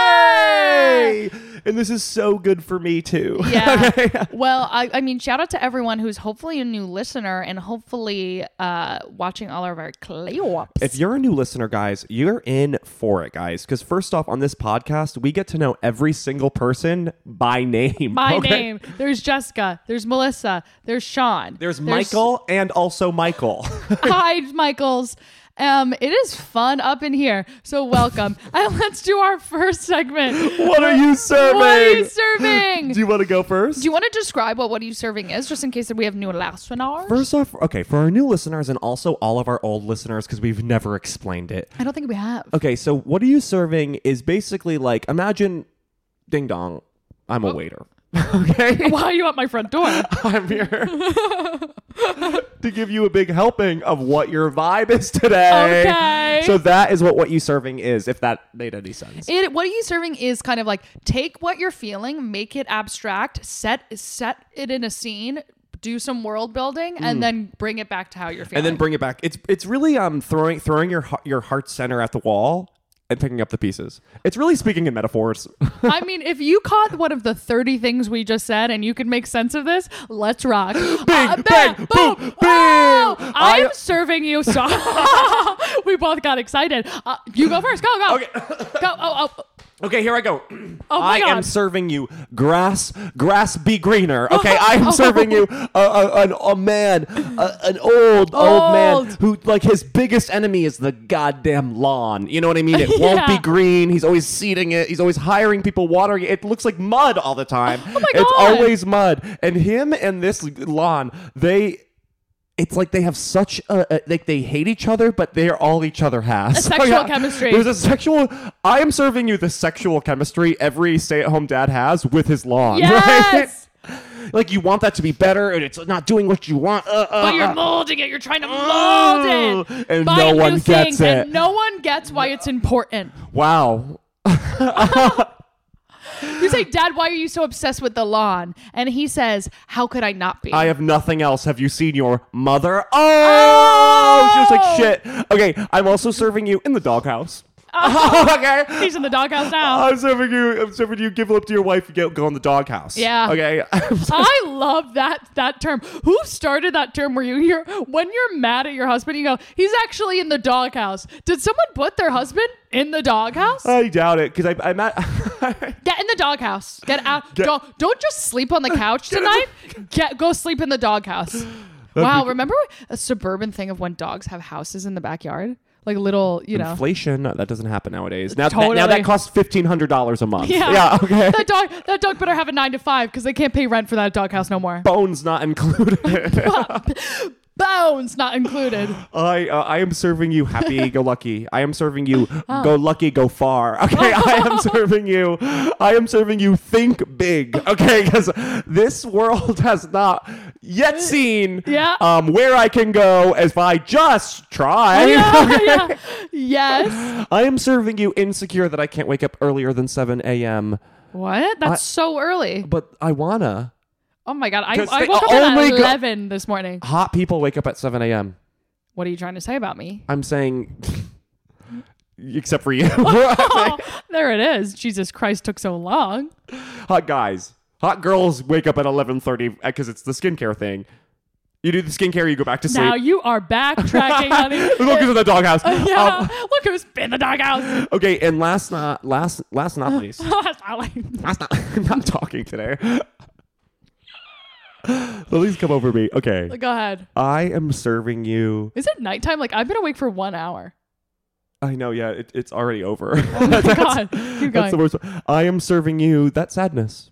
B: influencer?"
A: Hey! And this is so good for me too.
B: <laughs>
A: <laughs>
B: Yeah. Well, I, I mean, shout out to everyone who's hopefully a new listener and hopefully uh, watching all of our clips.
A: If you're a new listener, guys, you're in for it, guys. Because first off, on this podcast, we get to know every single person by name.
B: My
A: okay?
B: name. There's Jessica. There's Melissa. There's Sean.
A: There's, Michael and also Michael. <laughs>
B: <laughs> Hi, Michaels. Um, it is fun up in here.
A: <laughs>
B: So welcome. and let's do our first segment.
A: what are you serving?
B: What are you serving?
A: <laughs> Do you want to go first?
B: Do you want to describe what what are you serving is, just in case that we have new listeners?
A: First off, okay, for our new listeners and also all of our old listeners, because we've never explained it.
B: I don't think we have.
A: Okay, so what are you serving is basically like imagine ding dong, I'm a waiter. <laughs> okay?
B: Why are you at my front door?
A: Oh. <laughs> I'm here <laughs> to give you a big helping of what your vibe is today.
B: Okay.
A: So that is what what you serving is, if that made any sense.
B: It, what are you serving is kind of like take what you're feeling, make it abstract, set set it in a scene, do some world building, and then bring it back to how you're feeling.
A: Mm. and then bring it back. It's it's really um throwing throwing your heart- your heart center at the wall and picking up the pieces. It's really speaking in metaphors.
B: I mean, if you caught one of the thirty things we just said and you could make sense of this, let's
A: <gasps>
B: rock. Uh, Bing,
A: bang, boom, bing. I-
B: I'm serving you. So <laughs> we both got excited. Uh, you go first. Go go.
A: Okay.
B: <laughs> go. Oh
A: <laughs>
B: oh.
A: Okay, here I go. <clears throat>
B: my
A: I am
B: God.
A: serving you grass, grass be greener.
B: <laughs>
A: Okay, I am serving you a, a, an- a man, a, an old, old, man
B: Old.
A: who, like, his biggest enemy is the goddamn lawn. You know what I mean? It
B: <laughs>
A: won't be
B: Yeah.
A: green. He's always seeding it, he's always hiring people, watering it. It looks like mud all the time.
B: Oh my
A: It's
B: God.
A: always mud. And him and this lawn, they. it's like they have such a, a- like they hate each other, but they are all each other has Oh,
B: A
A: <laughs>
B: sexual chemistry.
A: There's a sexual. I am serving you the sexual chemistry every stay-at-home dad has with his lawn. <laughs>
B: Yes!
A: Right? Like you want that to be better, and it's not doing what you want. Uh, uh,
B: But you're molding it. You're trying to mold
A: Oh,
B: it.
A: and
B: Buy
A: no
B: a new
A: one
B: thing,
A: gets it.
B: And no one gets why it's important.
A: wow.
B: You say, Dad, why are you so obsessed with the lawn? And he says, How could I not be?
A: I have nothing else. Have you seen your mother? Oh, she was like shit. Okay, I'm also serving you in the doghouse.
B: Oh.
A: <laughs> okay.
B: He's in the doghouse now.
A: I'm serving you. I'm serving you. Give it up to your wife. You go, go in the doghouse.
B: Yeah.
A: Okay. <laughs>
B: I love that that term. Who started that term where you hear when you're mad at your husband, you go, he's actually in the doghouse. Did someone put their husband in the doghouse?
A: I doubt it because <laughs> I, I'm at.
B: Get in the doghouse. Get out.
A: Get-
B: don't, don't just sleep on the couch tonight. Get go sleep in the doghouse. Wow, remember a suburban thing of when dogs have houses in the backyard? Like little, you know.
A: Inflation that doesn't happen nowadays. Now, that, now
B: Totally.
A: that costs fifteen hundred dollars a month.
B: <laughs> <laughs> Yeah.
A: okay.
B: That dog that dog better have a 9 to 5 cuz they can't pay rent for that doghouse no more. <laughs>
A: Bones not included. <laughs>
B: Bones not included.
A: I uh, I am serving you happy
B: <laughs>
A: go lucky. I am serving you
B: Oh.
A: go lucky go far. <laughs> Okay, I
B: <laughs>
A: am serving you. I am serving you think big. Okay, because this world <laughs> has not yet seen
B: Uh, Yeah.
A: um, where I can go if I just try. <laughs>
B: Yeah, yeah. Yes.
A: I am serving you insecure that I can't wake up earlier than seven a.m.
B: What? That's so early.
A: But I wanna.
B: Oh my oh god, I,
A: 'Cause
B: I
A: they
B: woke up at
A: only go-
B: eleven this morning.
A: Hot people wake up at seven a.m.
B: What are you trying to say about <laughs> me?
A: I'm saying, <laughs> except for you,
B: <laughs>
A: <laughs>
B: Oh, there it is. Jesus Christ took so long.
A: hot guys, hot girls wake up at eleven thirty because it's the skincare thing. You do the skincare, you go back to sleep.
B: Now you are <laughs>
A: <laughs>
B: backtracking, honey.
A: Look, it's in the doghouse.
B: <laughs> yeah,
A: Um,
B: look who's in the doghouse. <laughs>
A: okay, and last not last last not least,
B: That's not like-
A: last not, <laughs> I'm not talking today. <laughs> Lily's come over me. Okay,
B: Go ahead.
A: I am serving you.
B: Is it nighttime? Like I've been awake for one hour.
A: I know, yeah, it, it's already over.
B: Oh God,
A: <laughs>
B: keep
A: That's
B: going.
A: the worst. one. I am serving you that sadness.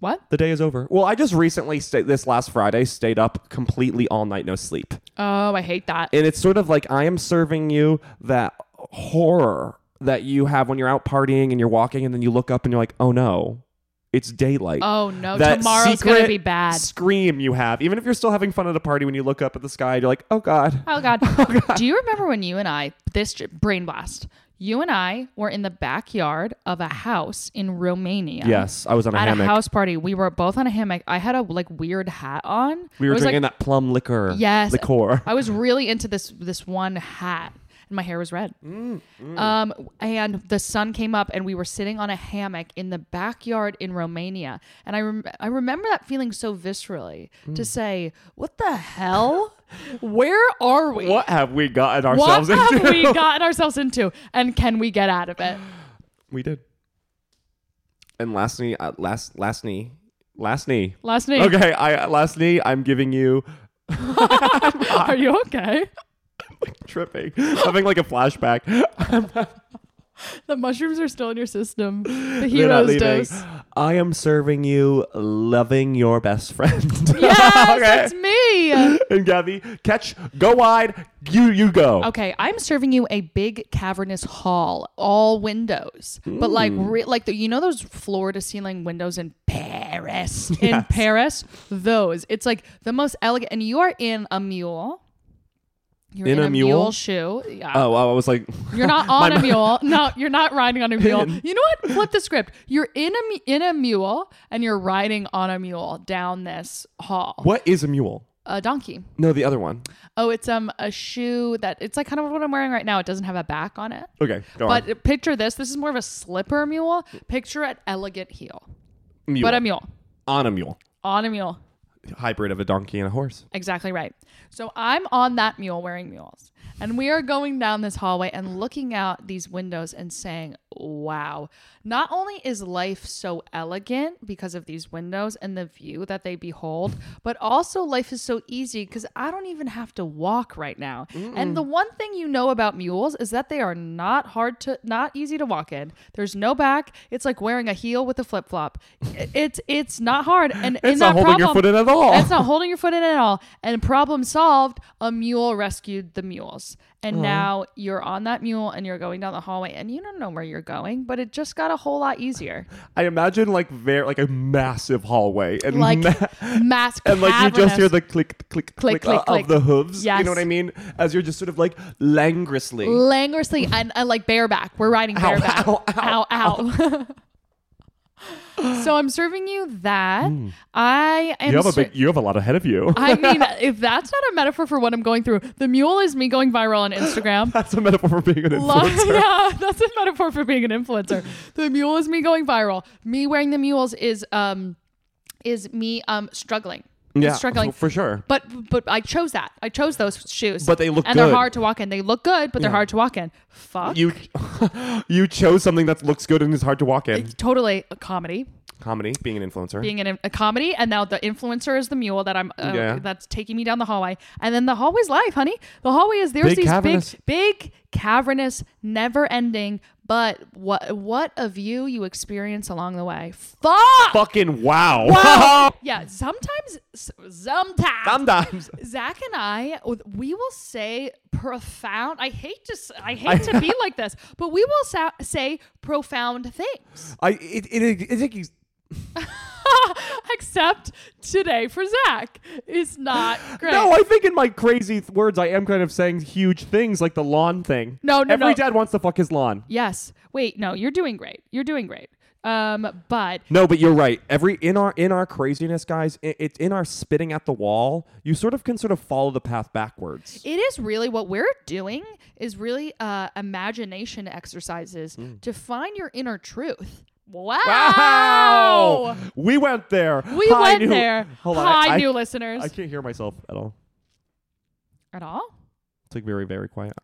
B: What?
A: The day is over. Well, I just recently stayed this last Friday stayed up completely all night, no sleep,
B: Oh, I hate that.
A: and it's sort of like I am serving you that horror that you have when you're out partying and you're walking, and then you look up and you're like, oh no, it's daylight.
B: Oh, no,
A: That
B: tomorrow's gonna
A: secret
B: be bad.
A: Scream you have, even if you're still having fun at a party, when you look up at the sky, you're like, oh god.
B: <laughs> Oh God. Do you remember when you and I this j- brain blast? You and I were in the backyard of a house in Romania.
A: Yes, I was on a
B: at
A: hammock.
B: a house party. We were both on a hammock. I had a like weird hat on.
A: we were
B: It was,
A: drinking
B: like,
A: that plum liquor.
B: Yes. <laughs>
A: liqueur.
B: I was really into this this one hat. And my hair was red.
A: Mm,
B: Um, and the sun came up, and we were sitting on a hammock in the backyard in Romania. And I rem- I remember that feeling so viscerally
A: Mm.
B: to say, "What the hell? Where are we?
A: What have we gotten
B: What
A: ourselves
B: have
A: into?
B: we gotten ourselves into? And can we get out of it?
A: We did. And last knee, uh, last last knee, last knee.
B: Last name.
A: Okay, I uh, last knee. I'm giving you
B: Are you okay?
A: tripping, <laughs> having like a flashback.
B: The mushrooms are still in your system. The
A: They're not
B: hero's
A: leaving.
B: dose.
A: I am serving you, loving your best friend. <laughs>
B: Yes, it's me.
A: And Gabby, catch, go wide, you you go.
B: Okay, I'm serving you a big cavernous hall, all windows, but like
A: Hmm.
B: re- like the, you know those floor to ceiling windows in Paris. In Paris, those. It's like the most elegant, and you are in a mule. You're
A: In
B: in,
A: a
B: a, mule?
A: mule?
B: shoe. Yeah.
A: Oh, wow, I was like,
B: You're not on
A: My-
B: a mule. No, you're not riding on a mule. You know what? Flip the script. You're in a mu- in a mule and you're riding on a mule down this hall.
A: <laughs> what is a mule?
B: A donkey.
A: No, the other one.
B: Oh, it's um a shoe that it's like kind of what I'm wearing right now. It doesn't have a back on it.
A: Okay, go
B: But uh,
A: on.
B: picture this. This is more of a slipper mule. Picture an elegant heel,
A: Mule.
B: but a mule
A: on a mule,
B: on a mule.
A: hybrid of a donkey and a horse.
B: Exactly right. So I'm on that mule wearing mules. And we are going down this hallway and looking out these windows and saying, wow, not only is life so elegant because of these windows and the view that they behold, but also life is so easy because I don't even have to walk right now. And the one thing you know about mules is that they are not hard to, not easy to walk in. There's no back. It's like wearing a heel with a flip flop. It's, it's not hard. And
A: <laughs> It's not holding your foot in at all.
B: That's not holding your foot in at all. And problem solved, a mule rescued the mules. And
A: Uh-huh.
B: now you're on that mule and you're going down the hallway and you don't know where you're going, but it just got a whole lot easier.
A: I imagine like very like a massive hallway and <laughs>
B: Like
A: ma- <laughs>
B: mass
A: and like you just hear
B: cavernous-
A: the click click click,
B: Click,
A: uh,
B: click,
A: of
B: click.
A: the hooves. You
B: Yes.
A: know what I mean? As you're just sort of like languorously.
B: languorously and, and like bareback. We're riding bareback.
A: ow, ow,
B: ow, ow. <laughs> so I'm serving you that. I am
A: Hmm. you have a
B: ser-
A: big. You have a lot ahead of you.
B: I mean, if that's not a metaphor for what I'm going through, the mule is me going viral on Instagram.
A: <laughs> That's a metaphor for being an
B: <laughs> Love,
A: influencer.
B: yeah, that's a metaphor for being an influencer. The mule is me going viral. Me wearing the mules is um is me um struggling. It's
A: Yeah,
B: struggling
A: for- for sure.
B: But but I chose that. I chose those shoes.
A: But they look
B: and
A: good.
B: they're hard to walk in. They look good, but they're hard to walk in. Fuck
A: You <laughs> you chose something that looks good and is hard to walk in.
B: Totally a comedy,
A: Comedy, being an influencer.
B: being in a comedy, and now the influencer is the mule that I'm uh,
A: Yeah.
B: that's taking me down the hallway, and then the hallway's life, honey. The hallway is there's
A: Big
B: these
A: cavernous.
B: big, big cavernous, never ending, but what what a view you experience along the way. Fuck.
A: Fucking wow.
B: Wow. yeah, sometimes, s- sometimes,
A: Sometimes.
B: <laughs> Zach and I, we will say profound. I hate to, s- I hate to be like this, but we will sa- say profound things.
A: <laughs> I it it, it, it, it
B: <laughs> Except today for Zach is not
A: <gasps>
B: great.
A: No, I think in my crazy th- words, I am kind of saying huge things like the lawn thing.
B: No, no,
A: Every
B: no.
A: dad wants to fuck his lawn.
B: yes. Wait. No, you're doing great. You're doing great. Um, but
A: No, but you're right. Every in our in our craziness, guys, i- it's in our spitting at the wall. You sort of can sort of follow the path backwards.
B: It is really what we're doing is really uh, imagination exercises
A: Hmm.
B: to find your inner truth. Wow.
A: we went there.
B: We
A: Hi,
B: went
A: new-
B: there.
A: Hold on,
B: Hi,
A: I,
B: new
A: I,
B: listeners.
A: I can't hear myself at all.
B: At all?
A: It's like very very quiet.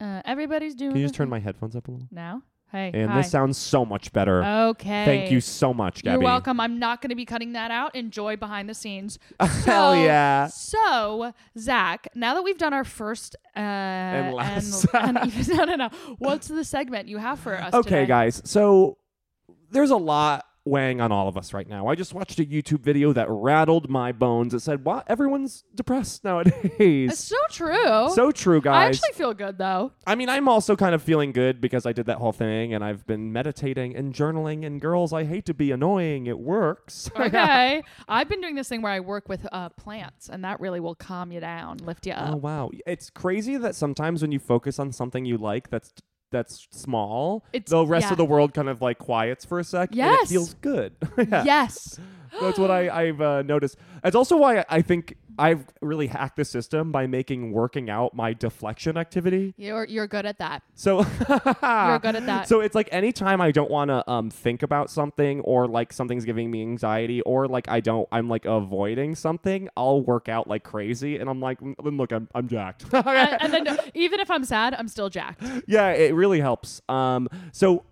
B: Uh, everybody's doing
A: Can you just
B: it
A: turn my headphones up a little?
B: now. Hey.
A: And
B: hi.
A: this sounds so much better.
B: okay.
A: Thank you so much, Gabby.
B: You're welcome. I'm not going to be cutting that out. Enjoy behind the scenes.
A: <laughs> <laughs> Hell yeah.
B: So, Zach, now that we've done our first uh, and
A: last.
B: <laughs>
A: <laughs>
B: and even, no, no, no. What's the segment you have for us?
A: Okay,
B: today?
A: guys. So there's a lot weighing on all of us right now. I just watched a YouTube video that rattled my bones. It said, "Wow, everyone's depressed
B: It's
A: nowadays."
B: so true.
A: So true,
B: I
A: guys.
B: actually feel
A: <laughs>
B: good though.
A: I mean, I'm also kind of feeling good because I did that whole thing and I've been meditating and journaling. And girls, I hate to be annoying. It works.
B: Okay. I've been doing this thing where I work with uh, plants, and that really will calm you down, lift you
A: Oh
B: up.
A: wow, it's crazy that sometimes when you focus on something you like, that's that's small.
B: It's-
A: the rest
B: yeah.
A: of the world kind of like quiets for a sec. and it
B: Yes.
A: feels good. <laughs> Yeah.
B: Yes.
A: That's what I, I've uh, noticed. That's also why I- I think I've really hacked the system by making working out my deflection activity.
B: You're you're good at that.
A: So <laughs> you're
B: good at that.
A: So it's like anytime I don't want to um, think about something, or like something's giving me anxiety, or like I don't, I'm like avoiding something. I'll work out like crazy, and I'm like, "Mm, look, I'm I'm jacked. <laughs>
B: and, and then <laughs> even if I'm sad, I'm still jacked.
A: yeah, it really helps. Um, so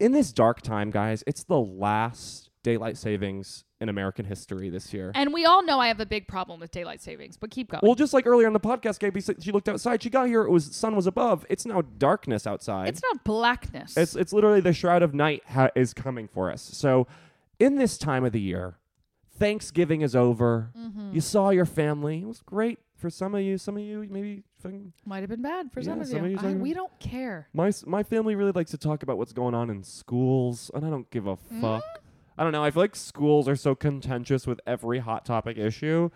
A: in this dark time, guys, it's the last daylight savings in American history this year.
B: And we all know I have a big problem with daylight savings, but keep going.
A: Well, just like earlier in the podcast, Gabby, said she looked outside. She got here. It was sun was above. It's now darkness outside.
B: it's not blackness.
A: it's, it's literally the shroud of night ha- is coming for us. So, in this time of the year, Thanksgiving is over.
B: Mm-hmm.
A: You saw your family. It was great for some of you. Some of you maybe. fucking-
B: Might have been bad for some
A: Yeah,
B: of
A: some of
B: you.
A: you
B: I-
A: talking-
B: we don't care.
A: My s- my family really likes to talk about what's going on in schools, and I don't give a
B: Mm-hmm.
A: fuck. I don't know. I feel like schools are so contentious with every hot topic issue.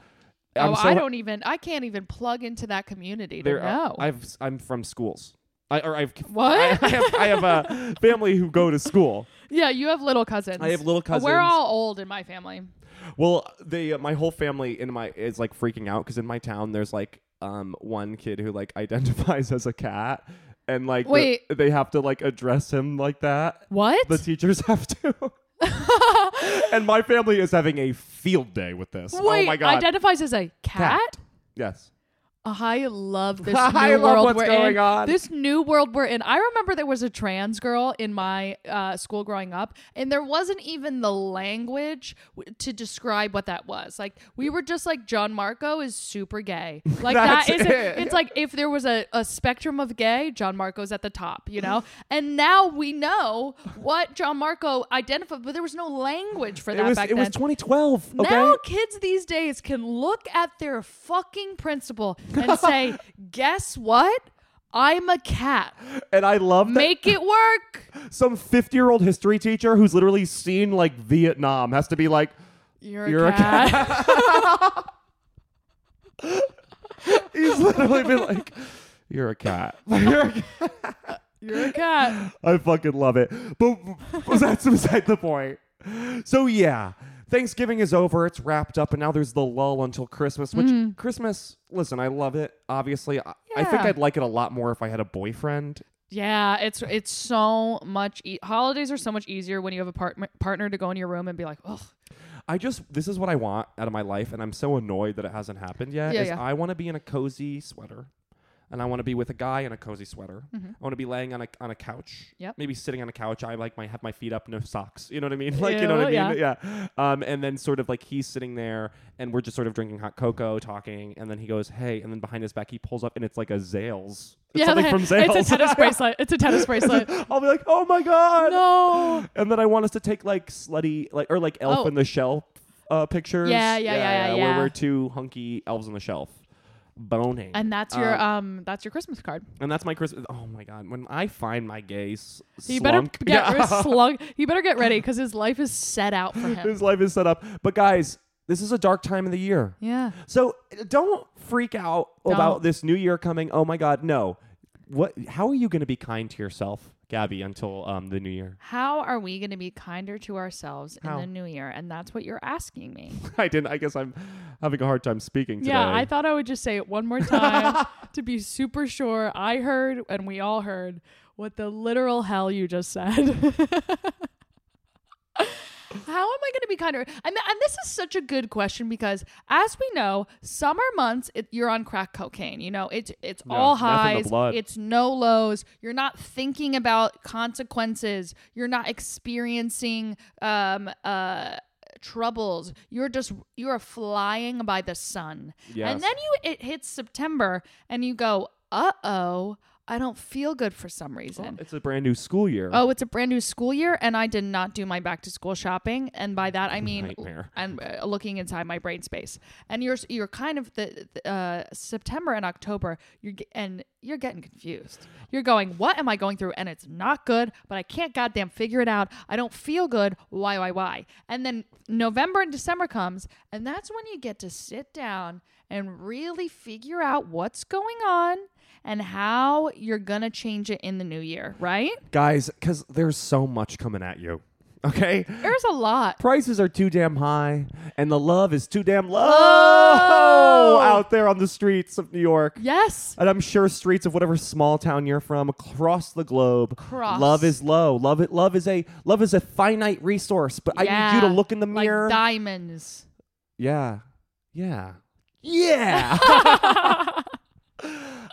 A: I'm
B: oh,
A: so
B: I
A: ha-
B: don't even. I can't even plug into that community to
A: There,
B: know.
A: I've I'm from schools. I or I've
B: <laughs> What?
A: I, I have, I have a family who go to school.
B: yeah, you have little cousins.
A: I have little
B: Uh,
A: cousins.
B: We're all old in my family.
A: Well, they uh, my whole family in my is like freaking out because in my town there's like um one kid who like <laughs> identifies as a cat and like the-
B: Wait.
A: they have to like address him like that.
B: What?
A: The teachers <laughs> have
B: <laughs>
A: to. and my family is having a field day with this.
B: Wait,
A: oh my god.
B: identifies as a cat?
A: Yes.
B: I love this
A: <laughs> I
B: new
A: love
B: world
A: what's
B: we're
A: going
B: in.
A: on.
B: This new world we're in. I remember there was a trans girl in my uh, school growing up, and there wasn't even the language w- to describe what that was. Like we were just like John Marco is
A: <laughs>
B: super gay. Like that
A: That's
B: is
A: it.
B: it's like if there was a, a spectrum of gay, John Marco's at the top,
A: <laughs>
B: you know. and now we know what John Marco identified, but there was no language for
A: It
B: that
A: was
B: back
A: it
B: then.
A: was 2012. Okay.
B: Now kids these days can look at their fucking principal
A: <laughs>
B: and say, "Guess what? I'm a cat.
A: and I love that
B: Make it work."
A: some 50 year old history teacher who's literally seen like Vietnam has to be like,
B: You're a
A: You're a
B: cat.
A: he's literally been like, you're a cat. <laughs> You're a cat.
B: <laughs> You're a cat.
A: I fucking love it. But <laughs> but that's beside the point. So yeah, Thanksgiving is over. It's wrapped up, and now there's the lull until Christmas. Which Christmas, listen, I love it. Obviously, I, I think
B: Yeah.
A: I'd like it a lot more if I had a boyfriend.
B: Yeah, it's it's so much. E- Holidays are so much easier when you have a partner partner to go in your room and be like, "Oh,
A: I just this is what I want out of my life, and I'm so annoyed that it hasn't happened yet.
B: Yeah,
A: is
B: yeah.
A: I want to be in a cozy sweater, and I want to be with a guy in a cozy sweater. I want to be laying on a on a couch.
B: Mm-hmm. Yep.
A: Maybe sitting on a couch. I like my have my feet up, no socks. You know what I mean? <laughs> Like you know what I mean?
B: Ew,
A: Yeah. Um, and then sort of like he's sitting there, and we're just sort of drinking hot cocoa, talking, and then he goes, "Hey," and then behind his back he pulls up, and it's like a Zales. It's
B: yeah,
A: something
B: <laughs> like-
A: from Zales.
B: it's a
A: <laughs>
B: tennis bracelet. It's a tennis bracelet."
A: I'll be like, "Oh my god!"
B: no.
A: And then I want us to take like slutty, like or like elf
B: Oh.
A: in the shelf uh, pictures.
B: Yeah, yeah, yeah, yeah,
A: Where
B: yeah.
A: we're two hunky elves on the shelf, boning.
B: And that's your
A: Uh,
B: um that's your Christmas card.
A: and that's my Christmas. Oh my god! When I find my gay s-
B: You better
A: slunk, <laughs>
B: get <laughs> slung. You better get ready because his life is set out for him.
A: his life is set up. But guys, this is a dark time of the year.
B: Yeah.
A: So uh, don't freak out about
B: Don't.
A: this new year coming. Oh my god, no! What? How are you going to be kind to yourself, Gabby, until um, the new year? <laughs>
B: How are we going to be kinder to ourselves
A: How?
B: in the new year? And that's what you're asking
A: <laughs>
B: me.
A: I didn't. I guess I'm having a hard time speaking today.
B: Yeah, I thought I would just say it <laughs> one more time to be super sure. I heard and we all heard what the literal hell you just said. How <laughs> am I going to be kinder? And, and this is such a good question because, as we know, summer months it, you're on crack cocaine. You know, it's it's
A: Yeah,
B: all
A: nothing but
B: highs,
A: blood.
B: it's no lows. You're not thinking about consequences. You're not experiencing um uh troubles. You're just you're flying by the sun.
A: Yes.
B: And then you it hits September and you go, "Uh-oh, I don't feel good for some reason."
A: It's a brand new school year.
B: Oh, it's a brand new school year, and I did not do my back to school shopping. And by that, I mean
A: Nightmare.
B: I'm uh, looking inside my brain space. And you're s- you're kind of the, the, uh, September and October. You're ge- and you're getting confused. You're going, what am I going through? And it's not good, but I can't goddamn figure it out. I don't feel good. Why, why, why? And then November and December comes, and that's when you get to sit down and really figure out what's going on and how you're gonna change it in the new year, right?
A: guys, because there's so much coming at you. Okay,
B: There's a lot.
A: prices are too damn high, and the love is too damn low
B: Low!
A: out there on the streets of New York.
B: Yes.
A: And I'm sure streets of whatever small town you're from across the globe,
B: Across.
A: love is low. Love it. Love is a love is a finite resource. But I need you to
B: Yeah.
A: look in the
B: Like
A: mirror.
B: diamonds.
A: yeah, yeah,
B: <laughs>
A: yeah. <laughs>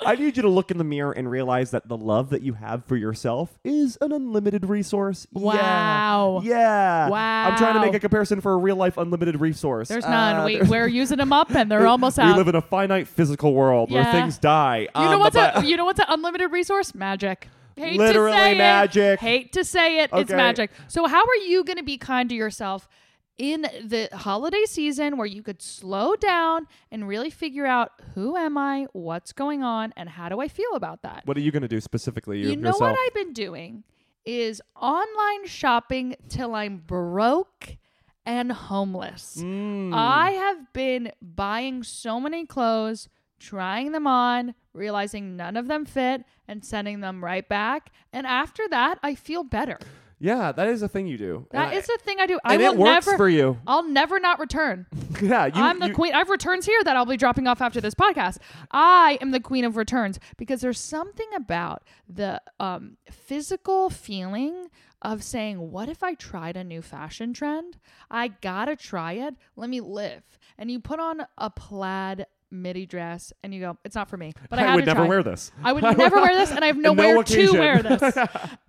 A: I need you to look in the mirror and realize that the love that you have for yourself is an unlimited resource. Yeah.
B: Wow.
A: Yeah.
B: Wow.
A: I'm trying to make a comparison for a real life unlimited resource.
B: There's
A: Uh,
B: none. We,
A: there's-
B: we're using them up, and they're
A: <laughs>
B: almost
A: we
B: out.
A: live in a finite physical world where
B: Yeah.
A: things die. Um,
B: you know what's
A: but, <laughs>
B: a, you know what's an unlimited resource? Magic. Hate
A: Literally
B: to say
A: magic.
B: It. Hate to say it. It's
A: Okay.
B: magic. So how are you going to be kind to yourself in the holiday season where you could slow down and really figure out who am I, what's going on, and how do I feel about that?
A: What are you going to do specifically you,
B: You know
A: yourself?
B: what I've been doing is online shopping till I'm broke and homeless.
A: Hmm.
B: I have been buying so many clothes, trying them on, realizing none of them fit, and sending them right back. And after that, I feel better.
A: yeah, that is a thing you do.
B: That is
A: a
B: the thing I do. I
A: and
B: will
A: it works
B: never.
A: for you. <laughs>
B: I'll never not return.
A: Yeah, you,
B: I'm the
A: you-
B: queen. I have returns here that I'll be dropping off after this podcast. I am the queen of returns because there's something about the um, physical feeling of saying, "What if I tried a new fashion trend? I gotta try it. Let me live." And you put on a plaid midi dress and you go, it's not for me. But I,
A: I
B: had
A: would
B: to
A: never
B: try.
A: wear this. <laughs>
B: I would never wear this, and I have nowhere to
A: occasion. <laughs>
B: wear this.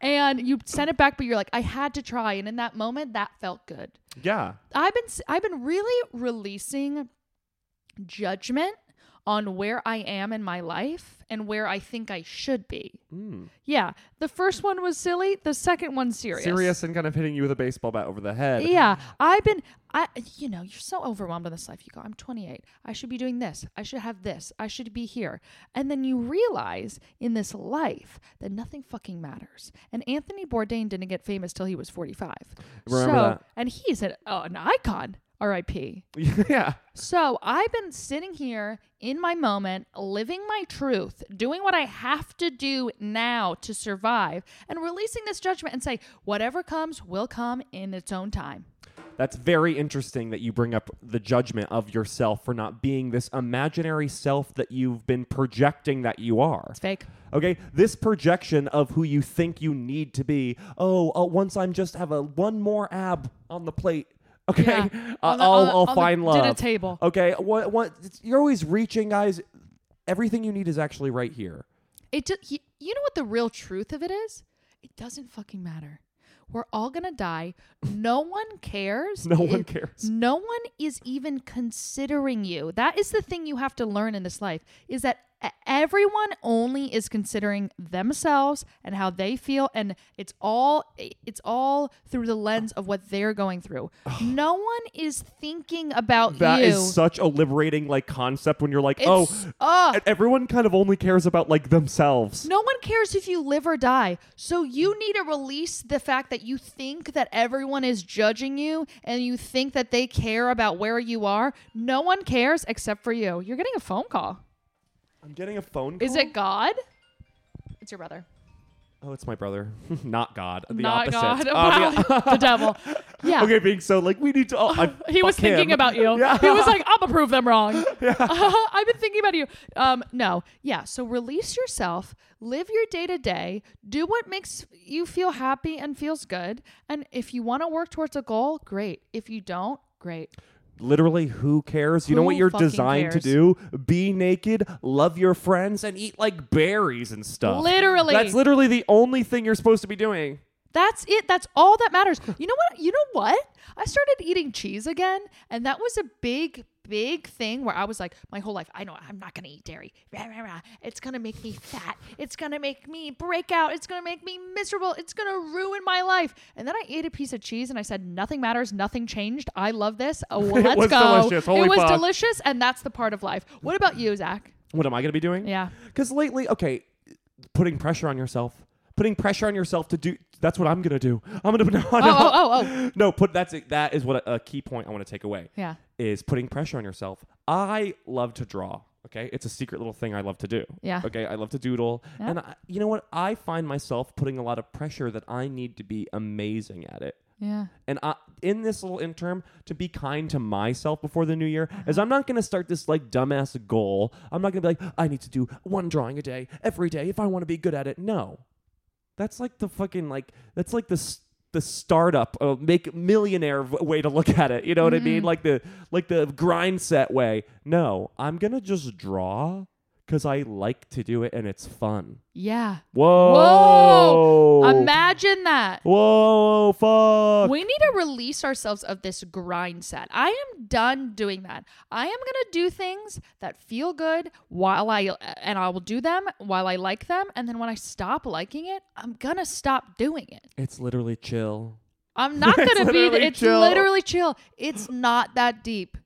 B: and you send it back, but you're like, I had to try, and in that moment, that felt good.
A: Yeah.
B: I've been s- I've been really releasing judgment on where I am in my life and where I think I should be.
A: Mm.
B: Yeah, the first one was silly. The second one's serious.
A: Serious and kind of hitting you with a baseball bat over the head.
B: Yeah, I've been. I you know you're so overwhelmed in this life. You go, I'm 28. I should be doing this. I should have this. I should be here. And then you realize in this life that nothing fucking matters. And Anthony Bourdain didn't get famous till he was 45.
A: Remember
B: so,
A: that.
B: And he's an, uh, an icon. R.I.P.
A: <laughs> yeah.
B: So I've been sitting here in my moment, living my truth, doing what I have to do now to survive, and releasing this judgment and say, whatever comes will come in its own time.
A: That's very interesting that you bring up the judgment of yourself for not being this imaginary self that you've been projecting that you are.
B: It's fake.
A: Okay, this projection of who you think you need to be. Oh, uh, once I'm just have a one more ab on the plate. Okay, uh,
B: Yeah.
A: I-
B: On the-
A: I'll
B: on the-
A: I'll
B: on the
A: find
B: dinner
A: love.
B: table.
A: Okay, what what it's- you're always reaching, guys. Everything you need is actually right here.
B: It just, you, you know what the real truth of it is? It doesn't fucking matter. We're all gonna die. No one
A: <laughs>
B: cares.
A: No
B: It-
A: one cares.
B: No one is even considering you. That is the thing you have to learn in this life is that e- everyone only is considering themselves and how they feel and it's all it's all through the lens of what they're going
A: <sighs>
B: through. no one is thinking about
A: That
B: you.
A: is such a liberating like concept when you're like, oh,
B: It's-
A: <laughs>
B: ugh.
A: e- everyone kind of only cares about like themselves.
B: No one cares if you live or die. So you need to release the fact that you think that everyone is judging you and you think that they care about where you are. No one cares except for you. You're getting a phone call.
A: I'm getting a phone call.
B: Is it God? It's your brother.
A: Oh, it's my brother. <laughs> Not God. The
B: Not
A: opposite.
B: God.
A: Um, yeah.
B: Wow. <laughs> the
A: <laughs>
B: devil. Yeah.
A: Okay, being so like we need to. Oh, I,
B: <laughs> He was
A: fuck
B: thinking
A: him.
B: about you.
A: <laughs> Yeah.
B: He was like, I'm gonna prove them wrong.
A: <laughs>
B: <laughs> I've been thinking about you. Um, no. Yeah. So release yourself, live your day to day, do what makes you feel happy and feels good. And if you want to work towards a goal, great. If you don't, great.
A: Literally, who cares? You know
B: Who
A: what you're
B: fucking
A: designed to
B: cares?
A: do? Be naked, love your friends, and eat like berries and stuff.
B: Literally.
A: That's literally the only thing you're supposed to be doing.
B: That's it. That's all that matters. You know what? You know what? I started eating cheese again, and that was a big, big thing where I was like, my whole life, I know I'm not gonna eat dairy. Rah, rah, rah. It's gonna make me fat. It's gonna make me break out. It's gonna make me miserable. It's gonna ruin my life. And then I ate a piece of cheese, and I said, nothing matters. Nothing changed. I love this.
A: <laughs>
B: Oh, well, let's
A: was
B: go.
A: delicious. Holy
B: it was
A: fuck.
B: delicious, and that's the part of life. What about you, Zach?
A: What am I going to be doing? <laughs>
B: Yeah.
A: Because lately, okay, putting pressure on yourself, putting pressure on yourself to do. That's what I'm going to do. I'm going to. No, oh, <laughs>
B: oh, oh,
A: No, put that's it. that is what a, a key point I want to take away.
B: Yeah.
A: Is putting pressure on yourself. I love to draw. Okay, it's a secret little thing I love to do.
B: Yeah.
A: Okay, I love to doodle, and I, you know what? I find myself putting a lot of pressure that I need to be amazing at it.
B: Yeah.
A: And I, in this little interim, to be kind to myself before the new year, is I'm not going to start this like dumbass goal. I'm not going to be like, I need to do one drawing a day every day if I want to be good at it. No, that's like the fucking like that's like the s- the startup uh, make millionaire v- way to look at it. You know what I mean? Like the like the grind set way. No, I'm gonna just draw because I like to do it and it's fun.
B: Yeah.
A: Whoa!
B: Imagine that.
A: Whoa! Fuck!
B: We need to release ourselves of this grind set. I am done doing that. I am going to do things that feel good while I and I will do them while I like them and then when I stop liking it, I'm going to stop doing it.
A: It's literally chill.
B: I'm not going to be
A: literally
B: it's
A: chill.
B: literally chill. It's not that deep.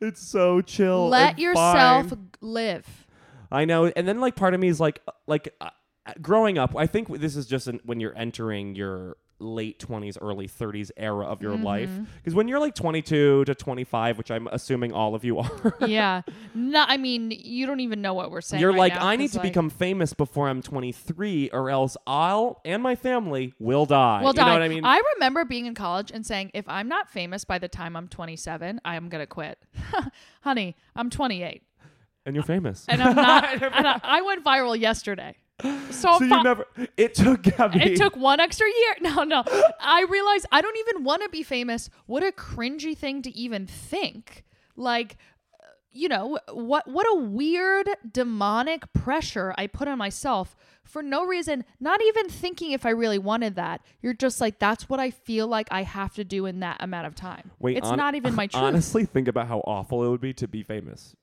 A: It's so chill.
B: Let
A: and
B: yourself
A: fine.
B: g- live.
A: I know, and then like part of me is like, like uh, growing up. I think this is just an, when you're entering your late 20s early 30s era of
B: Mm-hmm.
A: your life because when you're like 22 to 25 which i'm assuming all of you <laughs> are
B: yeah. <laughs> No, I mean, you don't even know what we're saying.
A: you're
B: right
A: like
B: now,
A: i need
B: 'cause,
A: to
B: like-
A: become famous before i'm 23 or else i'll and my family will die
B: Well,
A: you know
B: die.
A: what i mean
B: I remember being in college and saying, if I'm not famous by the time I'm 27, I'm gonna quit. <laughs> Honey, I'm 28,
A: and you're famous
B: and I'm not. and I, I went viral yesterday, so,
A: <laughs> so
B: fi-
A: you never it took <laughs> gabby
B: it took one extra year. <laughs> No, no. I realized I don't even want to be famous. What a cringy thing to even think. Like, uh, you know what what a weird demonic pressure I put on myself for no reason, not even thinking if I really wanted that. You're just like that's what I feel like I have to do in that amount of time.
A: Wait,
B: it's
A: hon-
B: not
A: <laughs>
B: even my truth.
A: Honestly, think about how awful it would be to be famous.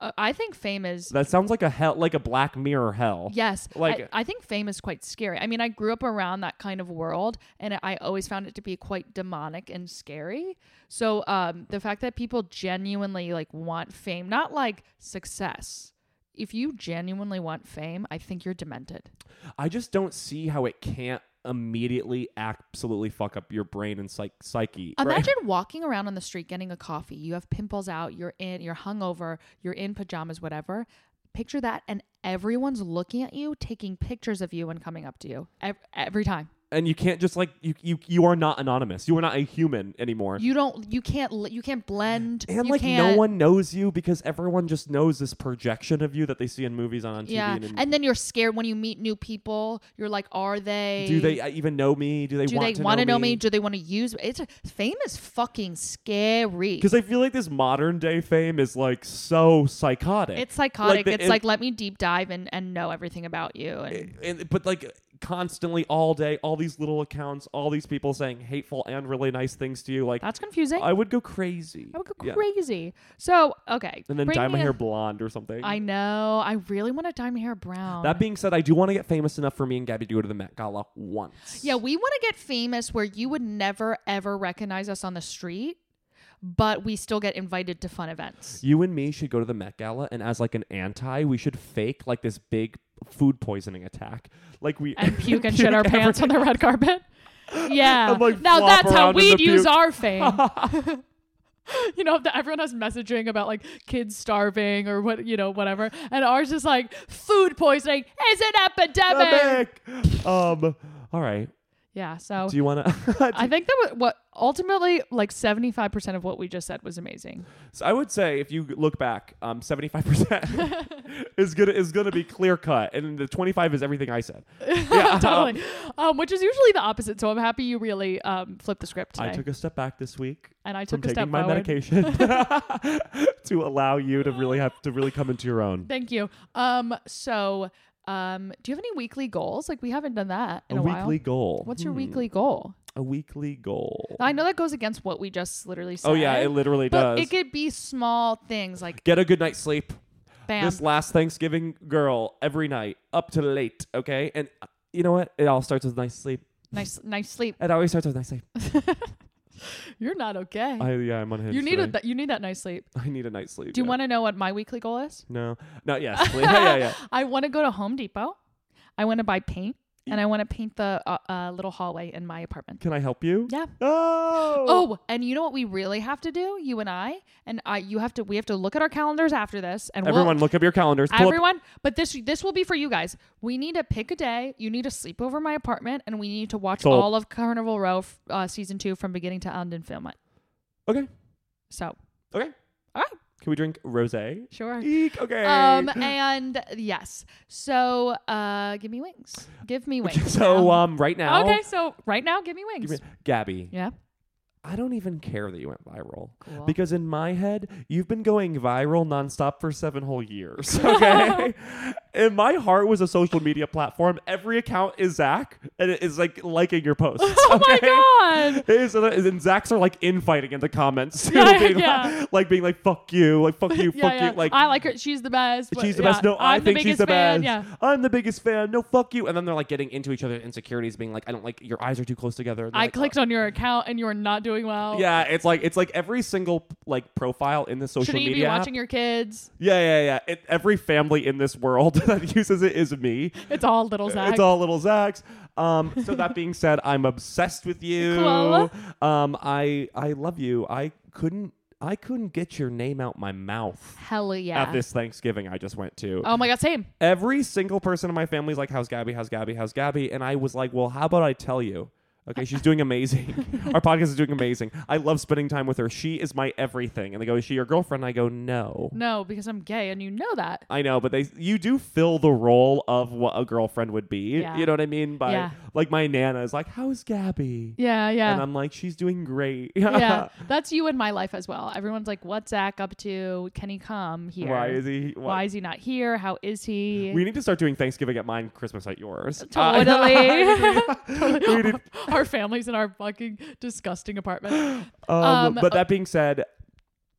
B: Uh, I think fame is
A: That sounds like a hell, like a Black Mirror hell.
B: Yes.
A: Like-
B: Like I, I think fame is quite scary. I mean, I grew up around that kind of world and I always found it to be quite demonic and scary. So um the fact that people genuinely like want fame, not like success. If you genuinely want fame, I think you're demented.
A: I just don't see how it can't immediately absolutely fuck up your brain and psych- psyche. right?
B: Imagine walking around on the street getting a coffee. You have pimples out, you're in you're hungover, you're in pajamas, whatever. Picture that and everyone's looking at you, taking pictures of you and coming up to you ev- every time.
A: <laughs> and you can't just like you you you are not anonymous. You are not a human anymore.
B: You don't. You can't. li- You can't blend.
A: and
B: you
A: like
B: can't,
A: no one knows you because everyone just knows this projection of you that they see in movies and on TV.
B: Yeah,
A: and, in-
B: and then you're scared when you meet new people. You're like, are they?
A: do they uh, even know me? Do they
B: Do
A: want
B: they
A: to
B: wanna
A: know
B: know me? Do they want to use? It's fame is fucking scary.
A: Because I feel like this modern day fame is like so psychotic.
B: It's psychotic.
A: the-
B: it's
A: it-
B: like let me deep dive and and know everything about you. And
A: and, but like constantly all day, all these little accounts, all these people saying hateful and really nice things to you. Like
B: that's confusing.
A: I would go crazy.
B: I would go
A: Yeah.
B: crazy. So okay,
A: And then
B: bring
A: dye
B: me
A: my
B: a-
A: hair blonde or something.
B: I know. I really want to dye my hair brown.
A: that being said, I do want to get famous enough for me and Gabby to go to the Met Gala once.
B: Yeah, we want to get famous where you would never ever recognize us on the street, but we still get invited to
A: <laughs>
B: fun events.
A: You and me should go to the Met Gala, and as like an anti, we should fake like this big food poisoning attack. Like we <laughs>
B: And puke and shit our
A: every- <laughs>
B: pants on the red carpet. Yeah.
A: And, like,
B: now
A: flop
B: that's how
A: around in
B: we'd
A: the
B: use
A: puke.
B: our fame.
A: <laughs>
B: <laughs> you know, that everyone has messaging about like kids starving or what, you know, whatever. And ours is like food poisoning is an epidemic.
A: Epic! um. All right.
B: Yeah. So
A: Do you <laughs> want to?
B: I think that what- what ultimately like 75% of what we just said was amazing.
A: So I would say if you look back, um, seventy five
B: <laughs>
A: percent is gonna is gonna be clear cut, and the twenty five is everything I said.
B: <laughs>
A: Yeah, <laughs>
B: totally. Um, which is usually the opposite. So I'm happy you really um, flipped the script today.
A: I took a step back this week.
B: and I
A: from
B: took a
A: taking
B: step
A: my
B: forward.
A: medication
B: <laughs>
A: <laughs> to allow you to really have to really come into your own.
B: Thank you. Um, so um, do you have any weekly goals? Like we haven't done that in
A: a
B: a,
A: weekly Hmm.
B: while.
A: goal.
B: What's your weekly goal?
A: a weekly goal?
B: I know that goes against what we just literally said.
A: Oh yeah, it literally
B: but
A: does.
B: it could be small things like
A: Get a good night's sleep.
B: bam.
A: This last Thanksgiving, girl, every night up to late. Okay, and uh, you know what? It all starts with nice sleep.
B: nice nice sleep.
A: It always starts with nice sleep.
B: You're not okay.
A: I yeah, I'm unhinged.
B: you need a
A: today.
B: that you need that nice sleep.
A: I need a night's sleep.
B: Do you
A: yeah.
B: want to know what my weekly goal is?
A: No. No, yes. please. <laughs> yeah, yeah, yeah.
B: I want to go to Home Depot. I want to buy paint and I want to paint the uh, uh, little hallway in my apartment.
A: Can I help you?
B: Yeah.
A: Oh.
B: Oh, and you know what we really have to do, you and I, and I, you have to. We have to look at our calendars after this, and
A: Everyone,
B: we'll,
A: look up your calendars. Pull up-
B: everyone. But this, this will be for you guys. We need to pick a day. You need to sleep over my apartment, and we need to watch
A: Sold.
B: all of Carnival Row f- uh, season two from beginning to end and film it.
A: Okay.
B: So,
A: Okay.
B: all right,
A: Can we drink rosé?
B: sure.
A: Eek. Okay. <gasps>
B: Um, <laughs> and yes, so uh, give me wings. Give me wings.
A: so
B: now.
A: um, right now,
B: okay, so right now, give me
A: give
B: wings.
A: me- Gabby, <laughs>
B: yeah.
A: I don't even care that you went viral
B: Cool.
A: because in my head, you've been going viral nonstop for seven whole
B: <laughs>
A: years. Okay, and my heart was a social media platform. Every account is Zach, and it is like liking your posts.
B: <laughs> Oh
A: okay?
B: my god.
A: It is, and Zach's are like infighting in the comments, too,
B: Yeah,
A: being
B: yeah.
A: Like, like being like "fuck you," like
B: <laughs>
A: "fuck you,"
B: Yeah,
A: "fuck
B: yeah.
A: you," like
B: I like her. She's the best. but-
A: she's the
B: yeah,
A: best. No, i
B: I'm
A: think
B: the
A: she's
B: biggest
A: the
B: fan.
A: best.
B: Yeah.
A: I'm the biggest fan. No, fuck you. And then they're like getting into each other's insecurities, being like, "I don't like your eyes are too close together." And they're
B: I
A: like, "Uh,
B: clicked on your account and you are not doing well.
A: Yeah, it's like it's like every single like profile in the social
B: Shouldn't you
A: media.
B: be
A: app-
B: watching your kids?
A: yeah, yeah, yeah. It, every family in this world <laughs> that uses it is me.
B: It's all little Zach.
A: It's all little Zach's. Um, so that being said, I'm obsessed with you.
B: Koala.
A: Um, I I love you. I couldn't I couldn't get your name out my mouth
B: Hell yeah.
A: at this Thanksgiving I just went to.
B: oh my god, same.
A: Every single person in my family's like, "How's Gabby? How's Gabby? How's Gabby?" And I was like, "Well, how about I tell you?" Okay, she's doing
B: <laughs>
A: amazing. Our podcast is doing amazing. I love spending time with her. She is my everything. And they go, Is she your girlfriend? I go, No.
B: No, because I'm gay and you know that.
A: I know, but they you do fill the role of what a girlfriend would be.
B: Yeah.
A: You know what I mean? By
B: Yeah.
A: like my nana is like, How's Gabby?
B: Yeah,
A: And
B: yeah.
A: I'm like, She's doing great. <laughs>
B: yeah, that's you in my life as well. Everyone's like, "What's Zach up to? Can he come here?
A: Why is he
B: Why, is he not here? How is he?"
A: We need to start doing Thanksgiving at mine, Christmas at yours. Uh,
B: <laughs> totally.
A: <laughs>
B: <laughs>
A: we need-
B: our families in our fucking disgusting apartment. <laughs> Um,
A: um, but
B: uh,
A: that being said,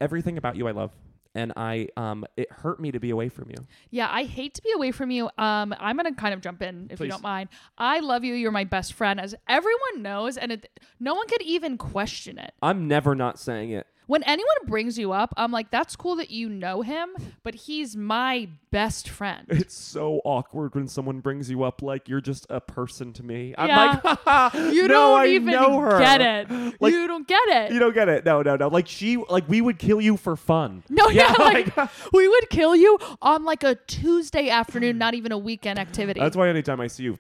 A: everything about you I love. And I um it hurt me to be away from you.
B: Yeah, I hate to be away from you. Um, I'm gonna kind of jump in if you
A: Please.
B: don't mind. I love you. You're my best friend, as everyone knows, and it, no one could even question it.
A: I'm never not saying it.
B: When anyone brings you up, I'm like, "That's cool that you know him, but he's my
A: <laughs>
B: best friend."
A: It's so awkward when someone brings you up like you're just a person to me. I'm
B: Yeah.
A: like, <laughs> "Ha, ha,
B: You
A: no,
B: don't
A: I
B: even
A: know her.
B: get it.
A: Like,
B: you don't get it.
A: You don't get it. No, no, no. Like she, like we would kill you for fun.
B: <laughs> No, yeah, like,
A: uh,
B: <laughs> we would kill you on like a Tuesday afternoon, not even a weekend
A: <laughs>
B: activity. <laughs>
A: that's why anytime I see you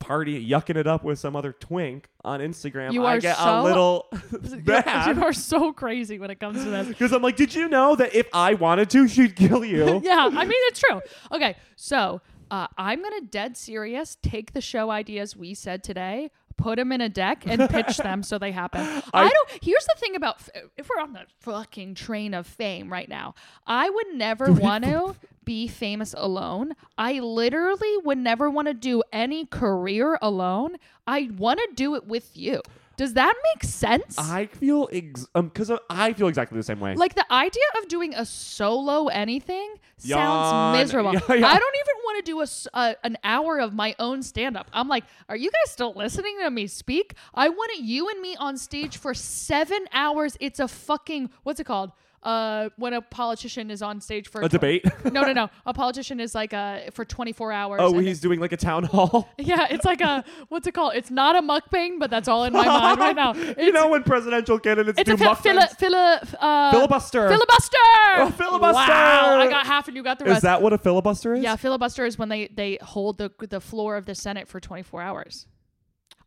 A: party yucking it up with some other twink on Instagram,
B: You
A: I
B: are
A: get
B: so
A: a little <laughs>
B: you
A: bad
B: are so crazy when it comes to this.
A: because I'm like, did you know that if I wanted to, she'd kill
B: <laughs>
A: you?
B: yeah, I mean it's true. Okay, so uh, I'm gonna dead serious take the show ideas we said today, put them in a deck, and pitch them so they happen. I,
A: I-
B: don't. Here's the thing about f- if we're on the fucking train of fame right now, I would never
A: we
B: want to be famous alone. I literally would never want to do any career alone. I want to do it with you. Does that make sense?
A: I feel ex- um because I feel exactly the same way.
B: Like the idea of doing a solo anything
A: Yawn.
B: sounds
A: <laughs>
B: miserable.
A: Yeah, yeah.
B: I don't even want to do a, s- a- an hour of my own stand up. I'm like, are you guys still listening to me speak? I wanted you and me on stage for seven hours. It's a fucking what's it called? Uh, when a politician is on stage for
A: a
B: tw- <laughs>
A: debate.
B: No, no, no. A politician is like uh for 24 hours.
A: oh,
B: and
A: he's doing like a town hall.
B: <laughs> yeah, it's like a what's it called? It's not a mukbang, but that's all
A: <laughs>
B: in my mind right now. It's,
A: you know when presidential candidates
B: it's
A: do
B: a fil-
A: mukbangs?
B: fila, fila, uh,
A: Filibuster.
B: Filibuster.
A: Oh, filibuster!
B: Wow, I got half and you got the
A: is
B: rest.
A: that what a filibuster is? <laughs>
B: yeah, filibuster is when they they hold the the floor of the Senate for 24 hours.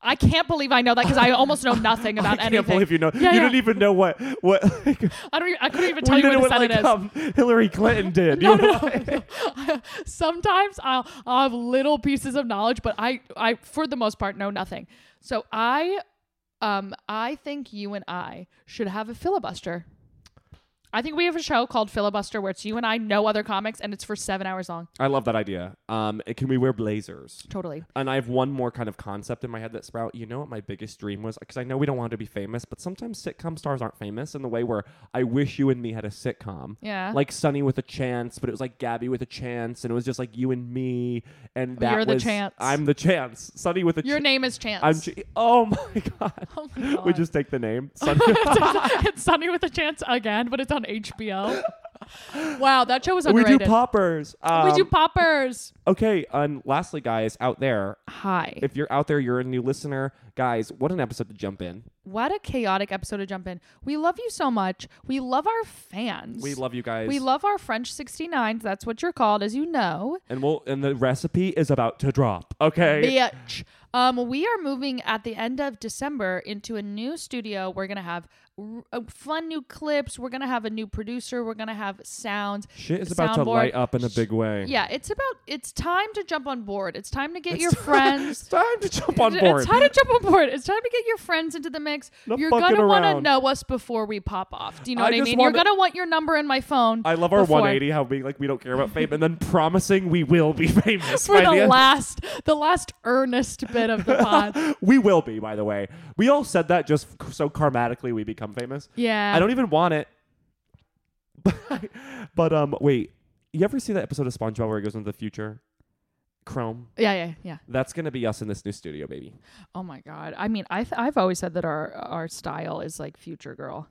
B: I can't believe I know that because I
A: <laughs>
B: almost know nothing
A: I
B: about
A: can't
B: anything.
A: believe you know.
B: Yeah,
A: you
B: yeah.
A: didn't even know what what. <laughs> Like,
B: I don't. Even, I couldn't
A: well,
B: even tell you
A: didn't
B: what the
A: know
B: Senate
A: like,
B: is.
A: um, Hillary Clinton did. <laughs>
B: No,
A: You know?
B: no, <laughs> no. Sometimes I'll, I'll have little pieces of knowledge, but I, I for the most part know nothing. So I, um, I think you and I should have a filibuster. I think we have a show called Filibuster where it's you and I, no other comics, and it's for seven hours long.
A: I love that idea. Um, can we wear blazers?
B: Totally.
A: And I have one more kind of concept in my head that Sprout, you know what my biggest dream was? Because I know we don't want to be famous, but sometimes sitcom stars aren't famous in the way where I wish you and me had a sitcom.
B: Yeah.
A: Like Sunny with a Chance, but it was like Gabby with a Chance, and it was just like you and me. And that
B: You're the
A: was-
B: Chance.
A: I'm the Chance. Sunny with a
B: Your
A: Ch-
B: name is Chance.
A: I'm ch- oh my <laughs> god.
B: oh my God.
A: We just take the name. <laughs> Sunny.
B: <laughs> it's Sunny with a Chance again, but it's
A: <laughs>
B: on HBO. wow, that show was
A: we do
B: underrated.
A: poppers.
B: we do
A: Um,
B: poppers.
A: okay, and lastly, guys out there,
B: Hi.
A: if you're out there, you're a new listener, guys. What an episode to jump in.
B: What a chaotic episode to jump in. We love you so much. We love our fans.
A: We love you guys.
B: We love our French 69s. That's what you're called, as you know.
A: and we'll and the recipe is about to drop. Okay.
B: Bitch. Um, we are moving at the end of December into a new studio. We're going to have r- uh, fun new clips. We're going to have a new producer. We're going to have sound.
A: Shit is about to
B: soundboard.
A: light up in a big way.
B: Yeah, it's about, it's time to jump on board. It's time to get
A: It's <laughs>
B: your
A: time-
B: friends.
A: It's time to jump on
B: It's-
A: board.
B: It's time to jump on board. It's time to get your friends into the mix.
A: No
B: You're
A: fucking
B: gonna want to
A: around.
B: know us before we pop off. Do you know
A: I
B: what I
A: just
B: mean? You're
A: wanna-
B: gonna want your number in my phone.
A: I love our
B: before.
A: 180. How we like we don't care about fame, and then promising we will be <laughs> famous
B: for
A: by
B: the
A: end.
B: last, the last earnest bit
A: <laughs>
B: of the pod.
A: We will be, by the way. We all said that just c- so karmatically we become famous.
B: Yeah.
A: I don't even want it. <laughs> But, but um, wait. You ever see that episode of SpongeBob where he goes into the future? Chrome.
B: Yeah, yeah, yeah.
A: That's gonna be us in this new studio, baby.
B: Oh my god. I mean, I th- I've always said that our our style is like future girl.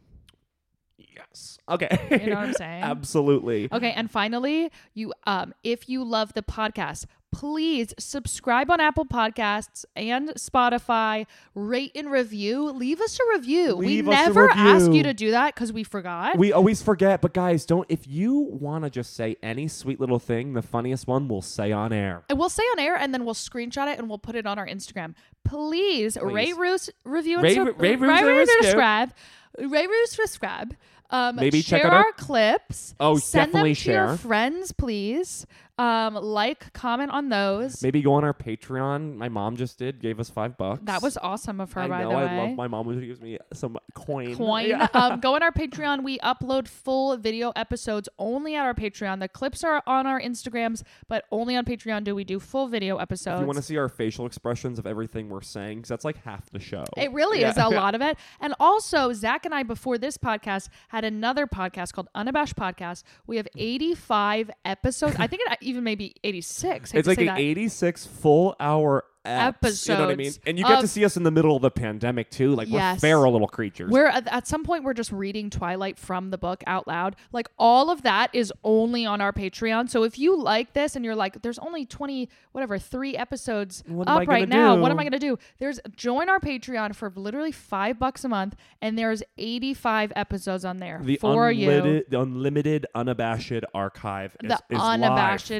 A: yes. Okay.
B: You know what
A: <laughs>
B: I'm saying? Oh,
A: Absolutely.
B: Okay, and finally, you um if you love the podcast, please subscribe on Apple Podcasts and Spotify, rate and review, leave us a review.
A: Leave
B: we
A: us a
B: never ask
A: review.
B: you to do that cuz we forgot.
A: We always forget, but guys, don't. If you want to just say any sweet little thing, the funniest one we'll say on air.
B: and we'll say on air and then we'll screenshot it and we'll put it on our Instagram. Please, rate, roos, review, and
A: Rate,
B: sub-
A: rate, rate,
B: rate,
A: review,
B: rate,
A: and
B: subscribe. Rate, review, subscribe. Um,
A: Maybe
B: share
A: check out our-
B: clips.
A: Oh,
B: send
A: definitely
B: them to your
A: share.
B: friends, please. Um, like, comment on those.
A: Maybe go on our Patreon. My mom just did, gave us five bucks.
B: That was awesome of her,
A: I
B: by
A: know.
B: the way.
A: I love my mom when she gives me some coin.
B: coin.
A: <laughs> Yeah.
B: Um, go on our Patreon. We upload full video episodes only at our Patreon. The clips are on our Instagrams, but only on Patreon do we do full video episodes.
A: If you want to see our facial expressions of everything we're saying, because that's like half the show.
B: It really
A: Yeah.
B: is a lot of it. And also, Zach and I, before this podcast, had another podcast called Unabashed Podcast. We have 85 episodes. I think it even maybe 86.
A: <laughs>
B: Hate
A: It's
B: to
A: like
B: say
A: an
B: that.
A: 86 full hour episodes. You know what I mean?
B: Episodes
A: And you get to
B: of-
A: see us in the middle of the pandemic too. Like we're
B: Yes.
A: feral little creatures.
B: We're at, at some point we're just reading Twilight from the book out loud. Like all of that is only on our Patreon. So if you like this and you're like, there's only 20 whatever three episodes
A: What am I
B: up right
A: gonna
B: now. What
A: do?
B: am I gonna do? There's join our Patreon for literally five bucks a month, and there's 85 episodes on there
A: the
B: for you.
A: unlimited, the unlimited, unabashed archive. Is,
B: The
A: is live.
B: unabashed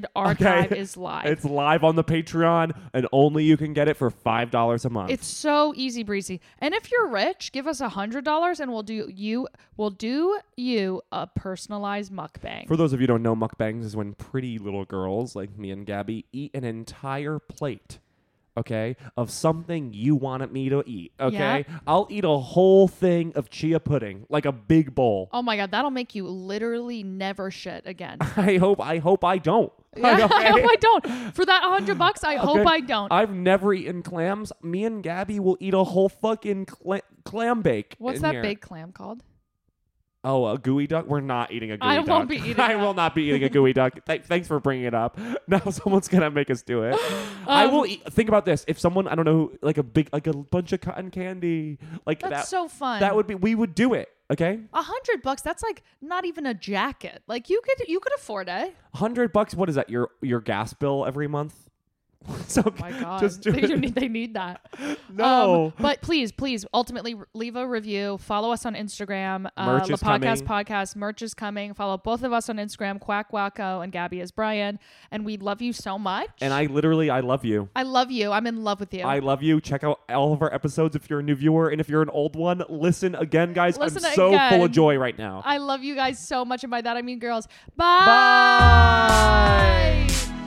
A: <laughs>
B: archive
A: Okay?
B: is live.
A: It's live on the Patreon, and only you can get it for five dollars a month.
B: It's so easy breezy. And if you're rich, give us a hundred dollars and we'll do you we'll do you a personalized mukbang.
A: For those of you who don't know, mukbangs is when pretty little girls like me and Gabby eat an entire plate, okay, of something you wanted me to eat, okay? I'll eat a whole thing of chia pudding, like a big bowl.
B: Oh my god, that'll make you literally never shit
A: <laughs>
B: again.
A: I hope I hope <laughs> I Oh, don't.
B: <laughs> Yeah, I
A: Okay?
B: hope I don't. For that hundred bucks, I hope
A: Okay?
B: I don't.
A: I've never eaten clams. Me and Gabby will eat a whole fucking cla- clam bake.
B: What's
A: in
B: that
A: here.
B: big clam called?
A: Oh, a gooey duck? We're not eating a gooey
B: I
A: duck. <laughs>
B: won't be eating
A: I
B: that.
A: will not be eating a gooey
B: <laughs>
A: duck. Th- thanks for bringing it up. <laughs> Now someone's going to make us do it. I
B: Um,
A: will eat, think about this. If someone, I don't know, who- like a big, like a bunch of cotton candy, like
B: That's
A: that,
B: so fun.
A: that would be, we would do it. Okay.
B: a hundred bucks. That's like not even a jacket. Like you could you could
A: <laughs>
B: afford it.
A: hundred bucks. What is that? Your, your gas bill every month? <laughs> so
B: Oh
A: <laughs>
B: my god,
A: just do
B: they,
A: it.
B: need, they
A: <laughs>
B: need that.
A: No.
B: Um, but please, please, ultimately r- leave a review. Follow us on Instagram. uh,
A: Merch
B: La
A: is
B: Podcast
A: coming.
B: Podcast. Merch is coming. Follow both of us on Instagram, Quack Wacko and Gabby is Brian. And we love you so much.
A: and I literally, I love you.
B: I love you. I'm in love with you.
A: I love you. Check out all of our episodes if you're a new viewer, and if you're an old one, listen again, guys.
B: Listen
A: I'm so full
B: again.
A: of joy right now.
B: I love you guys so much. And by that, I mean girls.
A: Bye.
B: Bye.